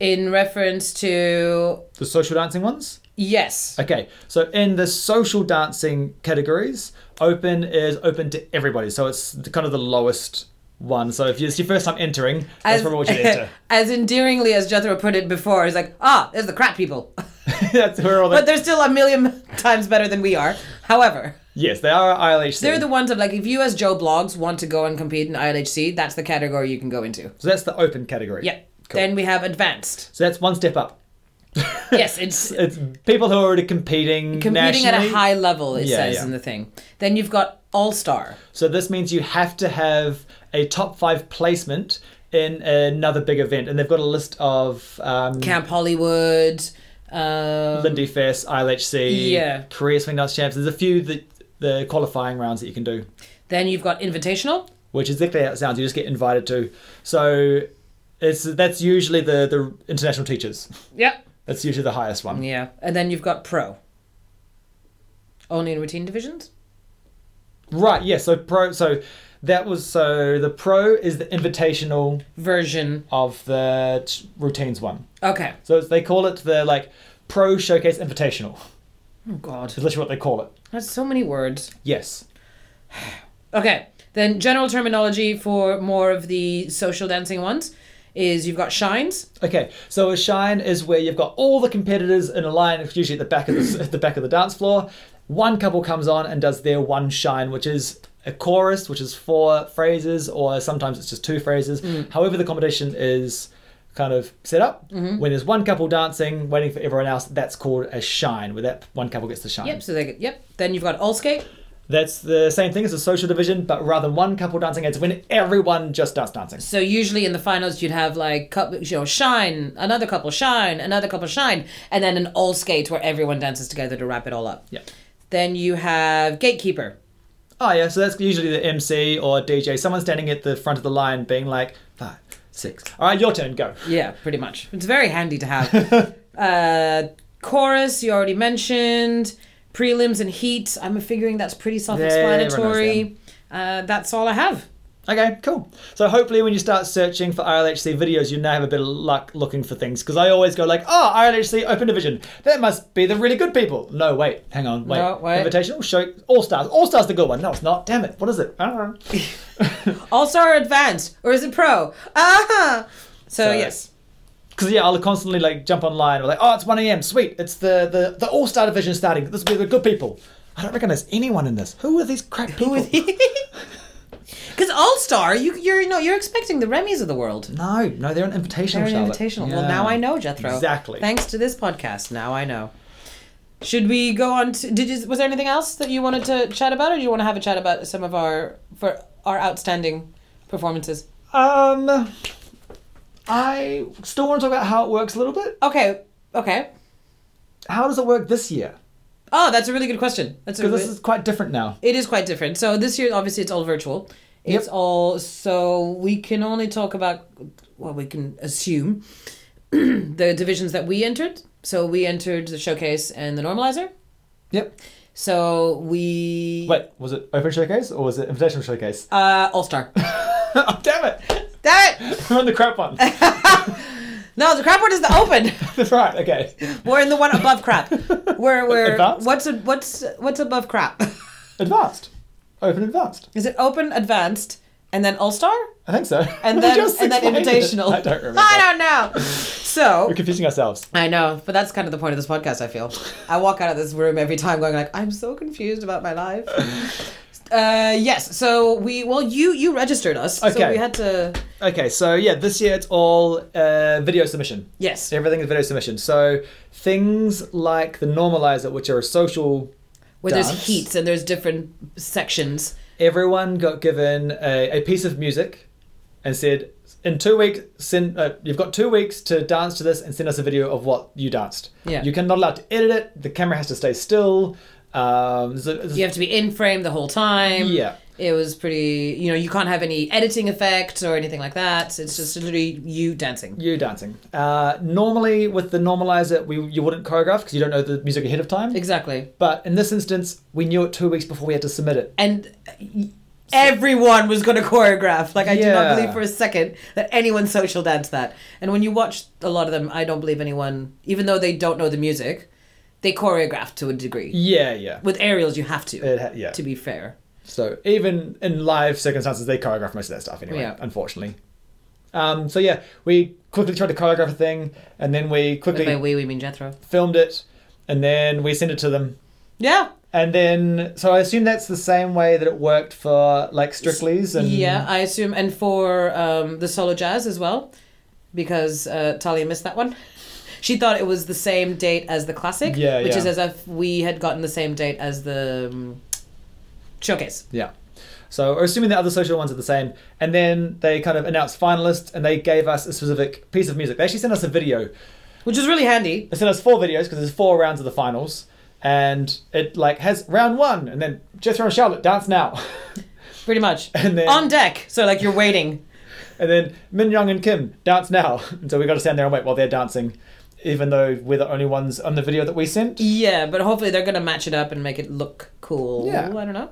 in reference to
The social dancing ones?
yes.
Okay, so in the social dancing categories, open is open to everybody. So it's the- kind of the lowest one. So if it's your first time entering, that's probably what you enter.
as endearingly as Jethro put it before, he's like, ah, there's the crap people.
that's where all the.
but they're still a million times better than we are. However,
yes, they are ILHC.
they're the ones of like, if you as Joe Blogs want to go and compete in ILHC, that's the category you can go into.
so that's the open category.
Yep.
Cool.
Then we have advanced.
so that's one step up.
yes, it's
It's people who are already competing.
competing at
nationally.
a high level, it
Yeah,
says
yeah. Mm.
in the thing. Then you've got All Star.
So this means you have to have a top five placement in another big event, and they've got a list of um,
Camp Hollywood. Um,
Lindy Fest, ILHC,
Yeah.
Korea Swing Dance Champs. There's a few that the qualifying rounds that you can do,
then you've got Invitational.
which is exactly how it sounds. You just get invited to. So it's that's usually the the international teachers.
Yep.
That's usually the highest one.
Yeah. And then you've got Pro. Only in routine divisions?
Right. Yeah. So pro. So that was so the pro is the invitational
Version.
of the t- routines one.
Okay.
So it's, they call it the like pro showcase invitational.
Oh, God.
It's literally what they call it.
That's so many words.
Yes.
Okay. Then general terminology for more of the social dancing ones is you've got Shines.
Okay, so a shine is where you've got all the competitors in a line, it's usually at the back of the, at the back of the dance floor. One couple comes on and does their one shine, which is a chorus, which is four phrases, or sometimes it's just two phrases. However, the competition is kind of set up. When there's one couple dancing, waiting for everyone else, that's called a shine, where that one couple gets the shine.
Yep. So they get, yep. Then you've got Allskate.
That's the same thing as a social division, but rather than one couple dancing, it's when everyone just starts dancing.
So usually in the finals you'd have like couple, you know, shine, another couple shine, another couple shine, and then an all skate where everyone dances together to wrap it all up.
Yeah.
Then you have gatekeeper.
Oh yeah, so that's usually the MC or DJ, someone standing at the front of the line, being like five, six. All right, your turn, go.
Yeah, pretty much. It's very handy to have. uh, chorus you already mentioned. Prelims and heat. I'm figuring that's pretty self-explanatory.
everyone
uh, that's all I have.
Okay, cool. So hopefully, when you start searching for RLHC videos, you now have a bit of luck looking for things because I always go like, oh, RLHC Open Division, that must be the really good people. No, wait, hang on, wait,
No, wait.
Invitational Show All Stars, All Stars the good one. No, it's not. Damn it, what is it? I don't know.
All star advanced or is it pro? Ah.
So-
So, yes.
Because yeah, I'll constantly like jump online. Or like, oh, it's one a.m. Sweet, it's the the, the All Star Division starting. This will be the good people. I don't recognize anyone in this. Who are these crap people?
Because All Star, you, you're no, you're expecting the Remy's of the world.
No, no, they're an invitational.
They're an
Charlotte.
invitational.
Yeah.
Well, now I know, Jethro.
Exactly.
Thanks to this podcast, now I know. Should we go on to? Did you, was there anything else that you wanted to chat about, or do you want to have a chat about some of our for our outstanding performances?
Um, I still want to talk about how it works a little bit.
Okay. Okay.
How does it work this year?
Oh, that's a really good question. That's a
Because
re-
this is quite different now.
It is quite different. So this year, obviously, it's all virtual. It's all so we can only talk about well, we can assume the divisions that we entered. So we entered the showcase and the normalizer.
Yep.
So we
Wait, was it open showcase or was it invitational showcase?
uh, all star.
oh, damn it!
that it.
We're on the crap one.
No, the crap one is the open.
That's right. Okay.
We're in the one above crap. We're we're
Advanced?
what's what's what's above crap?
Advanced. Open advanced.
Is it open, advanced, and then all star,
I think so.
and
We
then
just
and then
explained it.
invitational?
I don't remember.
I don't know. So
We're confusing ourselves.
I know, but that's kind of the point of this podcast. I feel I walk out of this room every time going like, I'm so confused about my life. Uh, yes, so we well you you registered us,
Okay.
so we had to
Okay, so yeah, this year it's all uh, video submission.
yes
Everything is video submission. So things like the normalizer, which are a social
where there's
dance.
heats and there's different sections.
everyone got given a, a piece of music and said, in two weeks, send, uh, you've got two weeks to dance to this and send us a video of what you danced.
Yeah.
You're not allowed to edit it. The camera has to stay still. Um, there's a- there's a-
You have to be in frame the whole time.
Yeah.
It was pretty, you know, you can't have any editing effects or anything like that. It's just literally you dancing.
you dancing. Uh, normally, with the normalizer, we, you wouldn't choreograph because you don't know the music ahead of time.
Exactly.
But in this instance, we knew it two weeks before we had to submit it.
And y- everyone was going to choreograph. Like, I do
Yeah.
not believe for a second that anyone social danced that. And when you watch a lot of them, I don't believe anyone, even though they don't know the music, they choreograph to a degree.
Yeah, yeah.
With aerials, you have to.
It ha- yeah.
To be fair.
So even in live circumstances, they choreograph most of that stuff anyway.
Yeah.
Unfortunately. Um, so yeah, we quickly tried to choreograph a thing, and then we quickly
By we, we mean Jethro.
filmed it, and then we sent it to them,
Yeah.
and then so I assume that's the same way that it worked for like Strictly's and
Yeah, I assume. And for um, the solo jazz as well, because uh, Talia missed that one. She thought it was the same date as the classic,
Yeah,
which
yeah.
is as if we had gotten the same date as the um, showcase.
Yeah. So we're assuming the other social ones are the same. And then they kind of announced finalists and they gave us a specific piece of music. They actually sent us a video.
Which is really handy.
They sent us four videos because there's four rounds of the finals. And it like has round one and then Jethro and Charlotte dance now.
Pretty much.
And then-
On deck. So, like, you're waiting.
and then Min Young and Kim dance now. And so we got to stand there and wait while they're dancing, even though we're the only ones on the video that we sent.
Yeah, but hopefully they're going to match it up and make it look cool.
Yeah.
I don't know.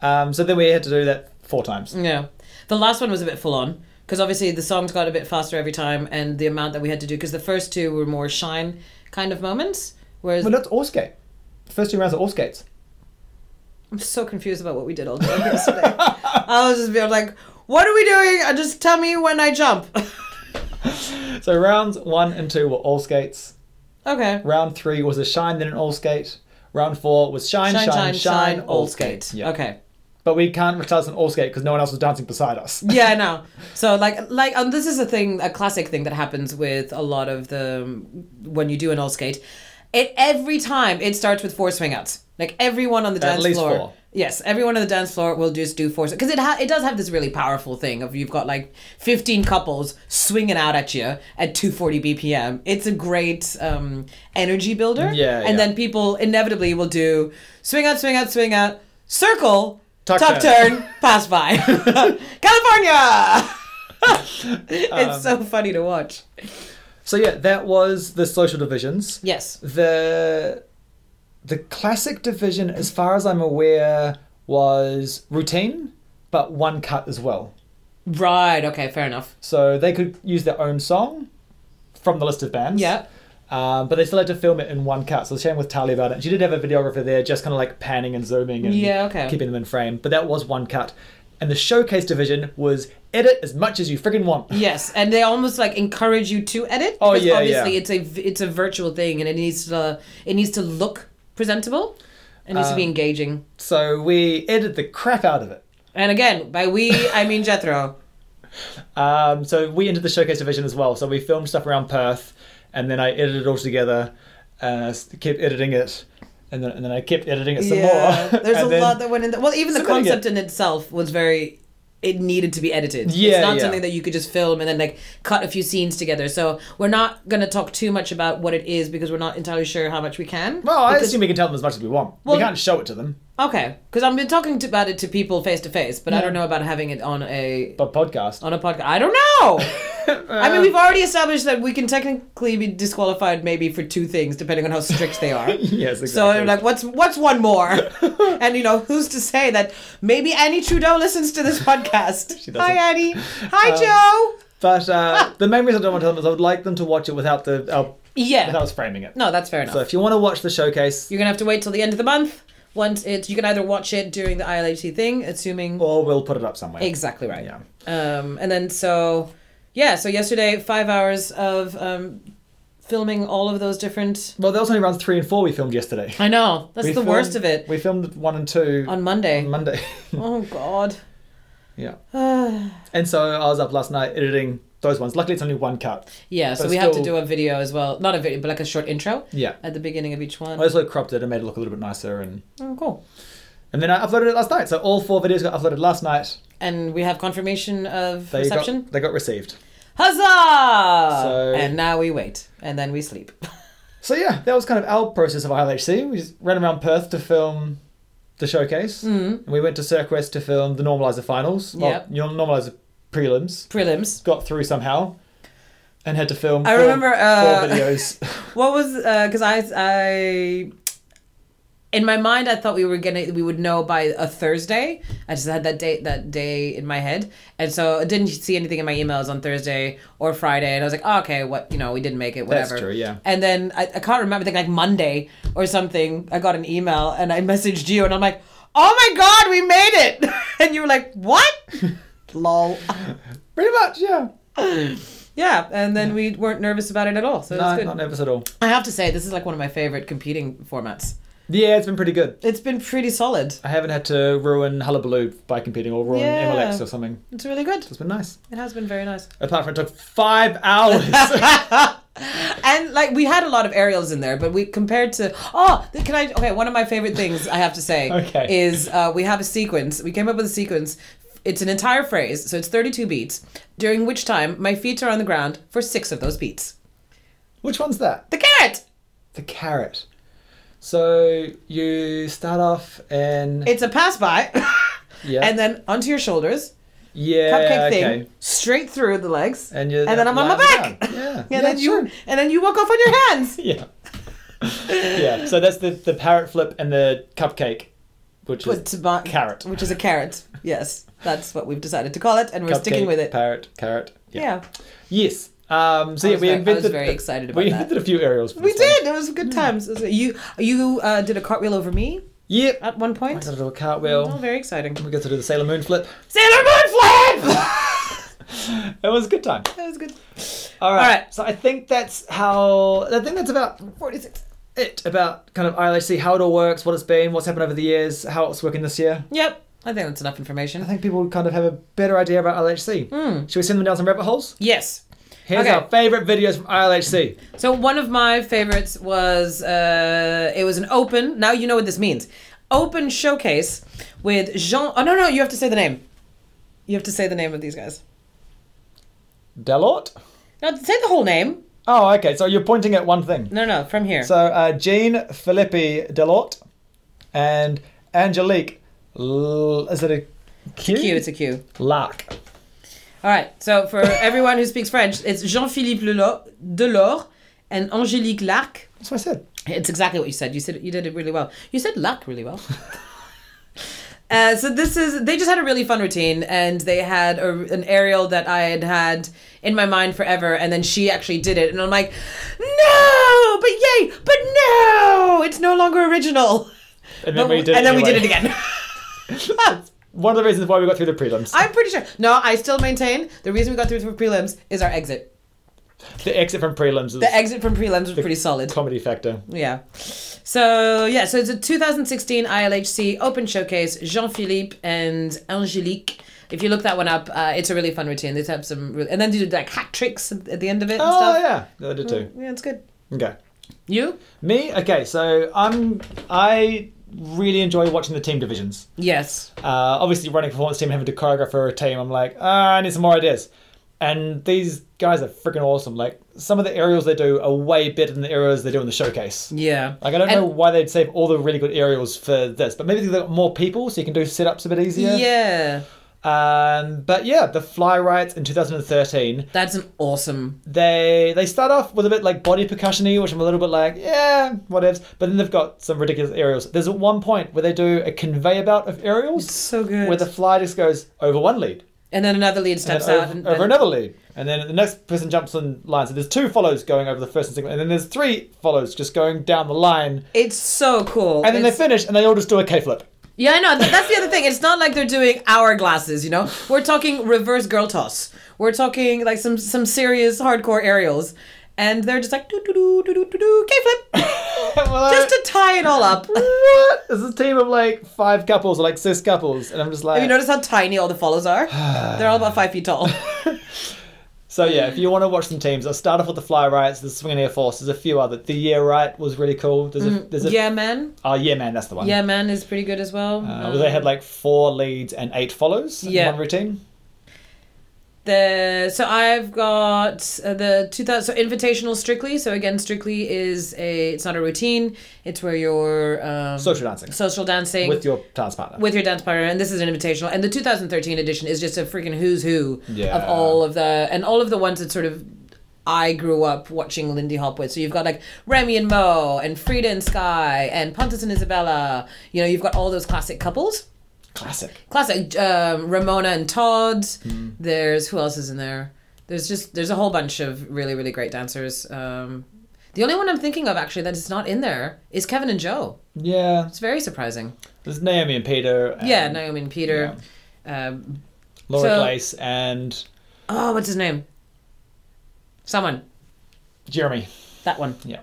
Um, so then we had to do that four times.
Yeah. The last one was a bit full on because obviously the songs got a bit faster every time and the amount that we had to do because the first two were more shine kind of moments. Whereas
Well, that's all skate. The first two rounds are all skates.
I'm so confused about what we did all day yesterday. I was just being like, what are we doing? Uh, Just tell me when I jump.
So rounds one and two were all skates.
okay.
Round three was a shine, then an all skate. Round four was shine, shine, shine, all skate. Yeah.
Okay.
But we can't retard us an all skate because no one else was dancing beside us.
Yeah, I know. So like, like, um, this is a thing, a classic thing that happens with a lot of the when you do an all skate. It every time it starts with four swing outs. Like everyone on the dance
least
floor.
four.
Yes, everyone on the dance floor will just do four because it ha- it does have this really powerful thing of you've got like fifteen couples swinging out at you at two forty BPM. It's a great um, energy builder.
Yeah,
and
yeah.
then people inevitably will do swing out, swing out, swing out, circle,
Tuck
tuck,
turn.
turn. pass by, California. it's so
Um,
funny to watch.
So yeah, that was the social divisions.
Yes.
The the classic division, as far as I'm aware, was routine, but one cut as well.
Right. Okay. Fair enough.
So they could use their own song from the list of bands.
Yeah.
Um, but they still had to film it in one cut. So I was chatting with Tali about it. She did have a videographer there, just kind of like panning and zooming and
Yeah, okay.
keeping them in frame. But that was one cut. And the showcase division was edit as much as you friggin' want.
Yes, and they almost like encourage you to edit.
Oh,
because
yeah,
Obviously,
yeah.
it's a v- it's a virtual thing, and it needs to it needs to look presentable. It needs
Um,
to be engaging.
So we edited the crap out of it.
And again, by we I mean Jethro.
Um, so we entered the showcase division as well. So we filmed stuff around Perth, and then I edited it all together, uh, s- kept editing it, and then, and then I kept editing it some more.
there's
And
a
then-
lot that went in. The, well, even the
Submitting
concept in itself was very. It needed to be edited.
Yeah,
it's not
yeah.
something that you could just film and then like cut a few scenes together. So we're not gonna talk too much about what it is because we're not entirely sure how much we can.
Well, I
Because-
assume we can tell them as much as we want.
Well-
we can't show it to them,
okay, because I've been talking to, about it to people face to face, but I don't know about having it on a
but podcast.
on a podcast. I don't know. I mean, we've already established that we can technically be disqualified maybe for two things, depending on how strict they are.
yes, exactly.
So like, what's what's one more? and you know, who's to say that maybe Annie Trudeau listens to this podcast?
doesn't. Um,
Hi, Annie. Hi, Joe.
But uh, the main reason I don't want to tell them is I would like them to watch it without the uh,
Yeah.
without us framing it.
No, that's fair enough.
So if you want to watch the showcase,
You're gonna have to wait till the end of the month. Once it's, you can either watch it during the ILHT thing, assuming
or we'll put it up somewhere.
Exactly right.
Yeah.
Um, and then so, yeah. So yesterday, five hours of um, filming all of those different.
Well, that was only rounds three and four we filmed yesterday.
I know that's
We
the worst
filmed-
of it.
We filmed one and two
On Monday.
on Monday.
oh God.
yeah. and so I was up last night editing those ones. Luckily, it's only one cut.
Yeah. So
But
we have to
still-
do a video as well. Not a video, but like a short intro.
Yeah.
At the beginning of each one.
I also cropped it and made it look a little bit nicer. And
Oh, cool.
And then I uploaded it last night. So all four videos got uploaded last night.
And we have confirmation of
They
reception.
Got, they got received.
Huzzah!
So-
And now we wait, and then we sleep.
So yeah, that was kind of our process of ILHC. We just ran around Perth to film the showcase. Mm. And we went to Cirquest to film the normalizer finals.
Yep.
Well, normalizer prelims.
Prelims.
Got through somehow. And had to film
I
four,
remember, uh,
four videos.
What was because I
uh, I in my mind I thought we were gonna we would know by a Thursday. I just had that date that day in my head. And so I didn't see anything in my emails on Thursday or Friday and I was like, oh, okay, what you know, we didn't make it, whatever.
That's true, yeah.
And then I, I can't remember I think like Monday or something, I got an email and I messaged you and I'm like, Oh my god, we made it And you were like, What? Lol.
Pretty much, yeah.
Yeah, and then we weren't nervous about it at all. So
No,
it's good.
not nervous at all.
I have to say, this is like one of my favorite competing formats.
Yeah, it's been pretty good.
It's been pretty solid.
I haven't had to ruin Hullabaloo by competing or ruin
Yeah.
MLX or something.
It's really good.
It's been nice.
It has been very nice.
Apart from it took five hours.
And like we had a lot of aerials in there, but we compared to oh, th- can I? Okay, one of my favorite things I have to say
Okay.
is uh, we have a sequence. We came up with a sequence. It's an entire phrase, so it's 32 beats. During which time my feet are on the ground for six of those beats.
Which one's that?
The carrot.
The carrot. So you start off and
It's a pass by,
yeah,
and then onto your shoulders,
yeah,
cupcake thing,
okay.
straight through the legs,
and you
then I'm on my
lying
back.
down. Yeah,
and
yeah,
then you
sure.
and then you walk off on your hands.
yeah, yeah. So that's the the parrot flip and the cupcake, which
But to
is
buy-
carrot.
which is a carrot. Yes, that's what we've decided to call it, and we're sticking
Cupcake,
with it.
Parrot, carrot. Yeah.
Yeah,
Yes. Um, so
I
yeah, we
was very- I was
invented.
very excited about
we
that.
invented a few aerials. for
we
this one.
did. It was good
Hmm.
times. It was- You you uh, did a cartwheel over me
Yep.
at one
I
point.
did a little cartwheel.
Oh, very exciting.
We got to do the Sailor Moon flip.
Sailor Moon flip.
It was a good time.
that was good.
All right.
Alright.
So I think that's how. I think that's about
Forty six.
it about kind of ILHC, how it all works, what it's been, what's happened over the years, how it's working this year.
Yep, I think that's enough
I
information.
think people kind of have a better idea about ILHC. Should we send them down some rabbit holes?
Yes.
Here's
Hmm. Okay.
our favorite videos from ILHC.
So one of my favorites was uh, it was an open. Now you know what this means. Open showcase with Jean. Oh no no, you have to say the name. You have to say the name of these guys.
Delort.
No, say the whole name.
Oh, okay. So you're pointing at one thing.
No no, from here.
So uh, Jean Philippi Delort and Angelique. L- is it a Q?
Q, it's a Q.
Lark.
All right. So for everyone who speaks French, it's Jean-Philippe Lelo- Delors and Angélique Larc.
That's what I said.
It's exactly what you said. You said you did it really well. You said Larc really well. Uh, so this is they just had a really fun routine and they had a, an aerial that i had had in my mind forever and then she actually did it and i'm like no but yay but no it's no longer original
And then we did.
and then we
anyway.
did it again
One of the reasons why we got through the prelims.
i'm pretty sure no i still maintain the reason we got through for prelims is our exit
the exit from prelims is
the exit from prelims was pretty solid
comedy factor.
Yeah. So yeah, so it's a 2016 ILHC Open Showcase. Jean Philippe and Angélique. If you look that one up, uh, it's a really fun routine. They have some, really, and then they do like hat tricks at at the end of it and
Oh
stuff.
yeah, I did too.
Yeah, it's good.
Okay.
You?
Me? Okay, so I'm I really enjoy watching the team divisions.
Yes.
Uh, obviously running a performance team, having to choreograph for a team, I'm like, ah, I need some more ideas. And these guys are freaking awesome. Like some of the aerials they do are way better than the aerials they do in the showcase.
Yeah.
Like I don't
And-
know why they'd save all the really good aerials for this, but maybe they've got more people so you can do setups a bit easier.
Yeah.
Um, but yeah, the fly rights in 2013
That's an awesome.
they they start off with a bit like body percussiony, which I'm a little bit like, yeah, whatevs. But then they've got some ridiculous aerials. There's at one point where they do a conveyor belt of aerials,
So good.
where the fly just goes over one lead,
and then another lead
and
steps
then
out.
over,
and-
over
and-
another lead, and then the next person jumps on line. So there's two follows going over the first and second, and then there's three follows just going down the line,
It's so cool.
and then they
It's-
finish, and they all just do a K flip.
Yeah, I know. Th- That's the other thing. It's not like they're doing hourglasses, you know? We're talking reverse girl toss. We're talking like some some serious hardcore aerials. And they're just like, doo doo doo doo doo doo doo, K-flip.
Well,
just to tie it all up.
what? There's a team of like five couples or like six couples, and I'm just like,
Have you noticed how tiny all the follows are? They're all about five feet tall.
So yeah, if you want to watch some teams, I'll start off with the Fly Riots, the Swinging Air Force. There's a few other. The Year Riot was really cool. There's a there's a
Mm, Yeah, man.
oh yeah man, that's the one.
Yeah, man is pretty good as well.
Uh, well, they had like four leads and eight follows in
Yeah.
one routine.
The so I've got uh, the 2000 so invitational strictly. So again, strictly is a it's not a routine. It's where you're um,
Social dancing.
social dancing
with your dance partner.
with your dance partner, and this is an invitational. And the 2013 edition is just a freaking who's who
Yeah.
of all of the and all of the ones that sort of I grew up watching Lindy Hop with. So you've got like Remy and Mo and Frida and Sky and Pontus and Isabella. You know, you've got all those classic couples.
Classic.
Classic um, Ramona and Todd. There's who else is in there? There's just there's a whole bunch of really really great dancers. Um, the only one I'm thinking of actually that is not in there is Kevin and Joe.
Yeah.
It's very surprising.
There's Naomi and Peter. And
yeah, Naomi and Peter. Um,
Laura
So-
Glace and
oh, what's his name? Someone.
Jeremy.
That one.
Yeah.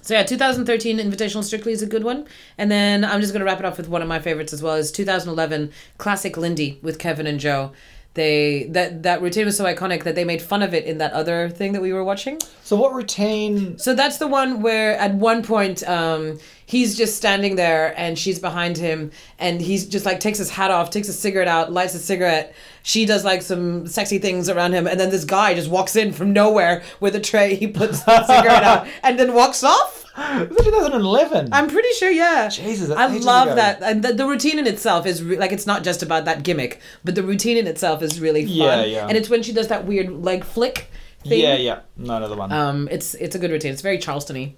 So yeah, 2013 Invitational Strictly is a good one, and then I'm just gonna wrap it off with one of my favorites as well. Is 2011 Classic Lindy with Kevin and Joe. They that that routine was so iconic that they made fun of it in that other thing that we were watching.
So what routine?
So that's the one where at one point um, he's just standing there and she's behind him and he's just like takes his hat off, takes a cigarette out, lights a cigarette. She does like some sexy things around him and then this guy just walks in from nowhere with a tray. He puts the cigarette out and then walks off.
It was 2011.
I'm pretty sure, yeah.
Jesus, that's
I
ages
love
ago.
that. And the, the routine in itself is re- like it's not just about that gimmick, but the routine in itself is really fun.
Yeah, yeah.
And it's when she does that weird leg flick thing.
yeah, yeah. No, another one.
Um, it's it's a good routine. It's very Charlestony,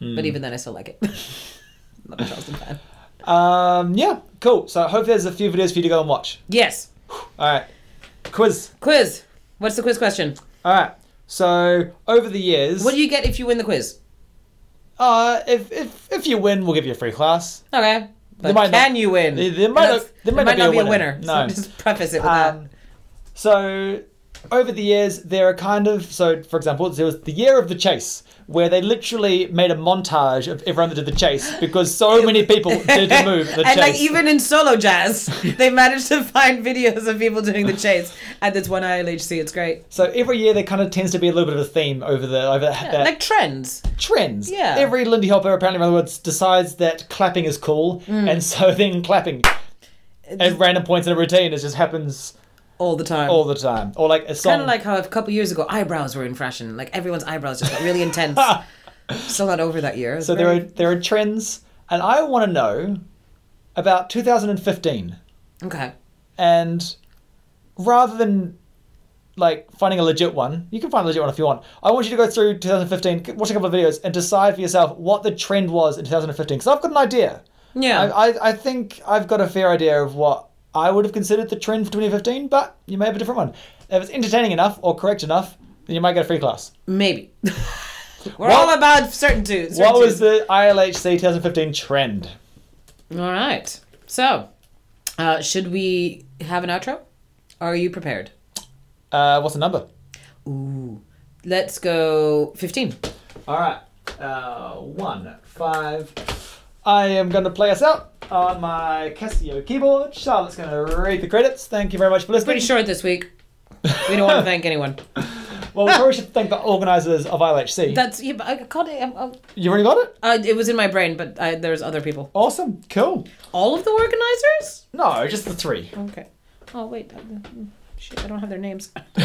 Hmm.
but even then, I still like it. Not a Charleston fan.
Um, yeah, cool. So hopefully there's a few videos for you to go and watch.
Yes,
All right, quiz.
quiz. What's the quiz question?
All right. So over the years,
What do you get if you win the quiz?
uh, if if if you win, we'll give you a free class.
Okay, but
might not-
can you win?
There- there might
That's-
not- there might not be a winner. No.
So just preface it with
Um, so over the years, there are kind of so. For example, there was the year of the chase, where they literally made a montage of everyone that did the chase because so many people did
that.
move the
and
chase.
like even in solo jazz, they managed to find videos of people doing the chase at this one ILHC. It's great.
so every year, there kind of tends to be a little bit of a theme over the over that.
Like trends.
trends.
Yeah.
Every Lindy Hopper apparently, in other words, decides that clapping is cool,
Mm.
and so then clapping at random points in a routine it just happens
all the time.
all the time, or like a song.
Kind of like how a couple years ago eyebrows were in fashion. Like everyone's eyebrows just got really intense. Still not over that year.
so there are there are trends, and I want to know about 2015,
okay.
and rather than like finding a legit one, you can find a legit one if you want. I want you to go through 2015, watch a couple of videos, and decide for yourself what the trend was in 2015, because I've got an idea.
Yeah.
I, I, I think I've got a fair idea of what I would have considered the trend for 2015, but you may have a different one. If it's entertaining enough or correct enough, then you might get a free class.
Maybe. We're
What-
all about certitude.
What was
certitude.
the ILHC 2015 trend?
All right. So, uh, should we have an outro? Are you prepared?
Uh, what's the number?
Ooh. Let's go 15.
All right, uh, one, five. I am going to play us out on my Casio keyboard. Charlotte's going to read the credits. Thank you very much for listening.
Pretty short this week. We don't want to thank anyone.
Well, we probably should thank the organisers of ILHC.
That's yeah, but I can't. I,
you already got it?
I, I, it was in my brain, but I, there's other people.
Awesome. Cool.
All of the organizers.
No, just the three.
Okay. Oh wait, uh, mm, shit! I don't have their names.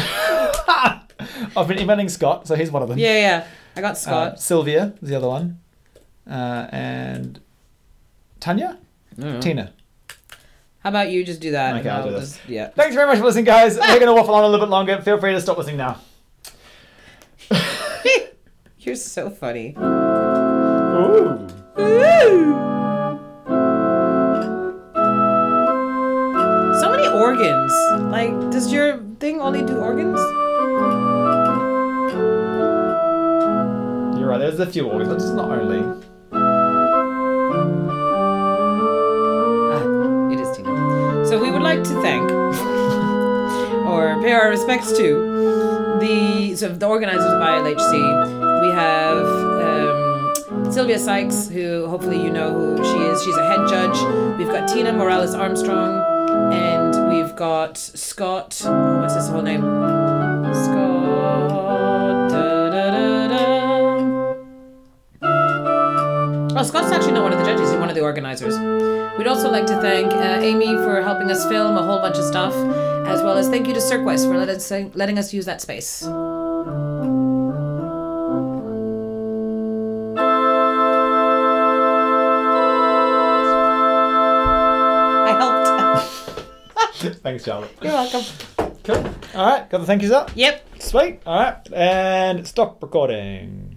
I've been emailing Scott, so he's one of them.
yeah, yeah. I got
Uh,
Scott.
Sylvia is the other one. Uh, and Tanya? Tina.
How about you just do that?
Okay,
and
I'll do
just- yeah.
Thanks very much for listening, guys. We're going to waffle on a little bit longer. Feel free to stop listening now.
You're so funny.
Ooh.
So many organs. Like, does your thing only do organs?
You're right, there's a few orders. That's not only.
Ah, it is Tina. So we would like to thank, or pay our respects to, the so the organizers of ILHC. We have um, Sylvia Sykes, who hopefully you know who she is. She's a head judge. We've got Tina Morales oh, Armstrong, and we've got Scott. What's his whole name? Scott. Oh, Scott's actually not one of the judges, he's one of the organizers. We'd also like to thank uh, Amy for helping us film a whole bunch of stuff, as well as thank you to Cirquest for let us, letting us use that space.
I helped.
Thanks, Charlotte.
You're welcome.
Cool. All right, got the thank yous up.
Yep.
Sweet. All right, and stop recording.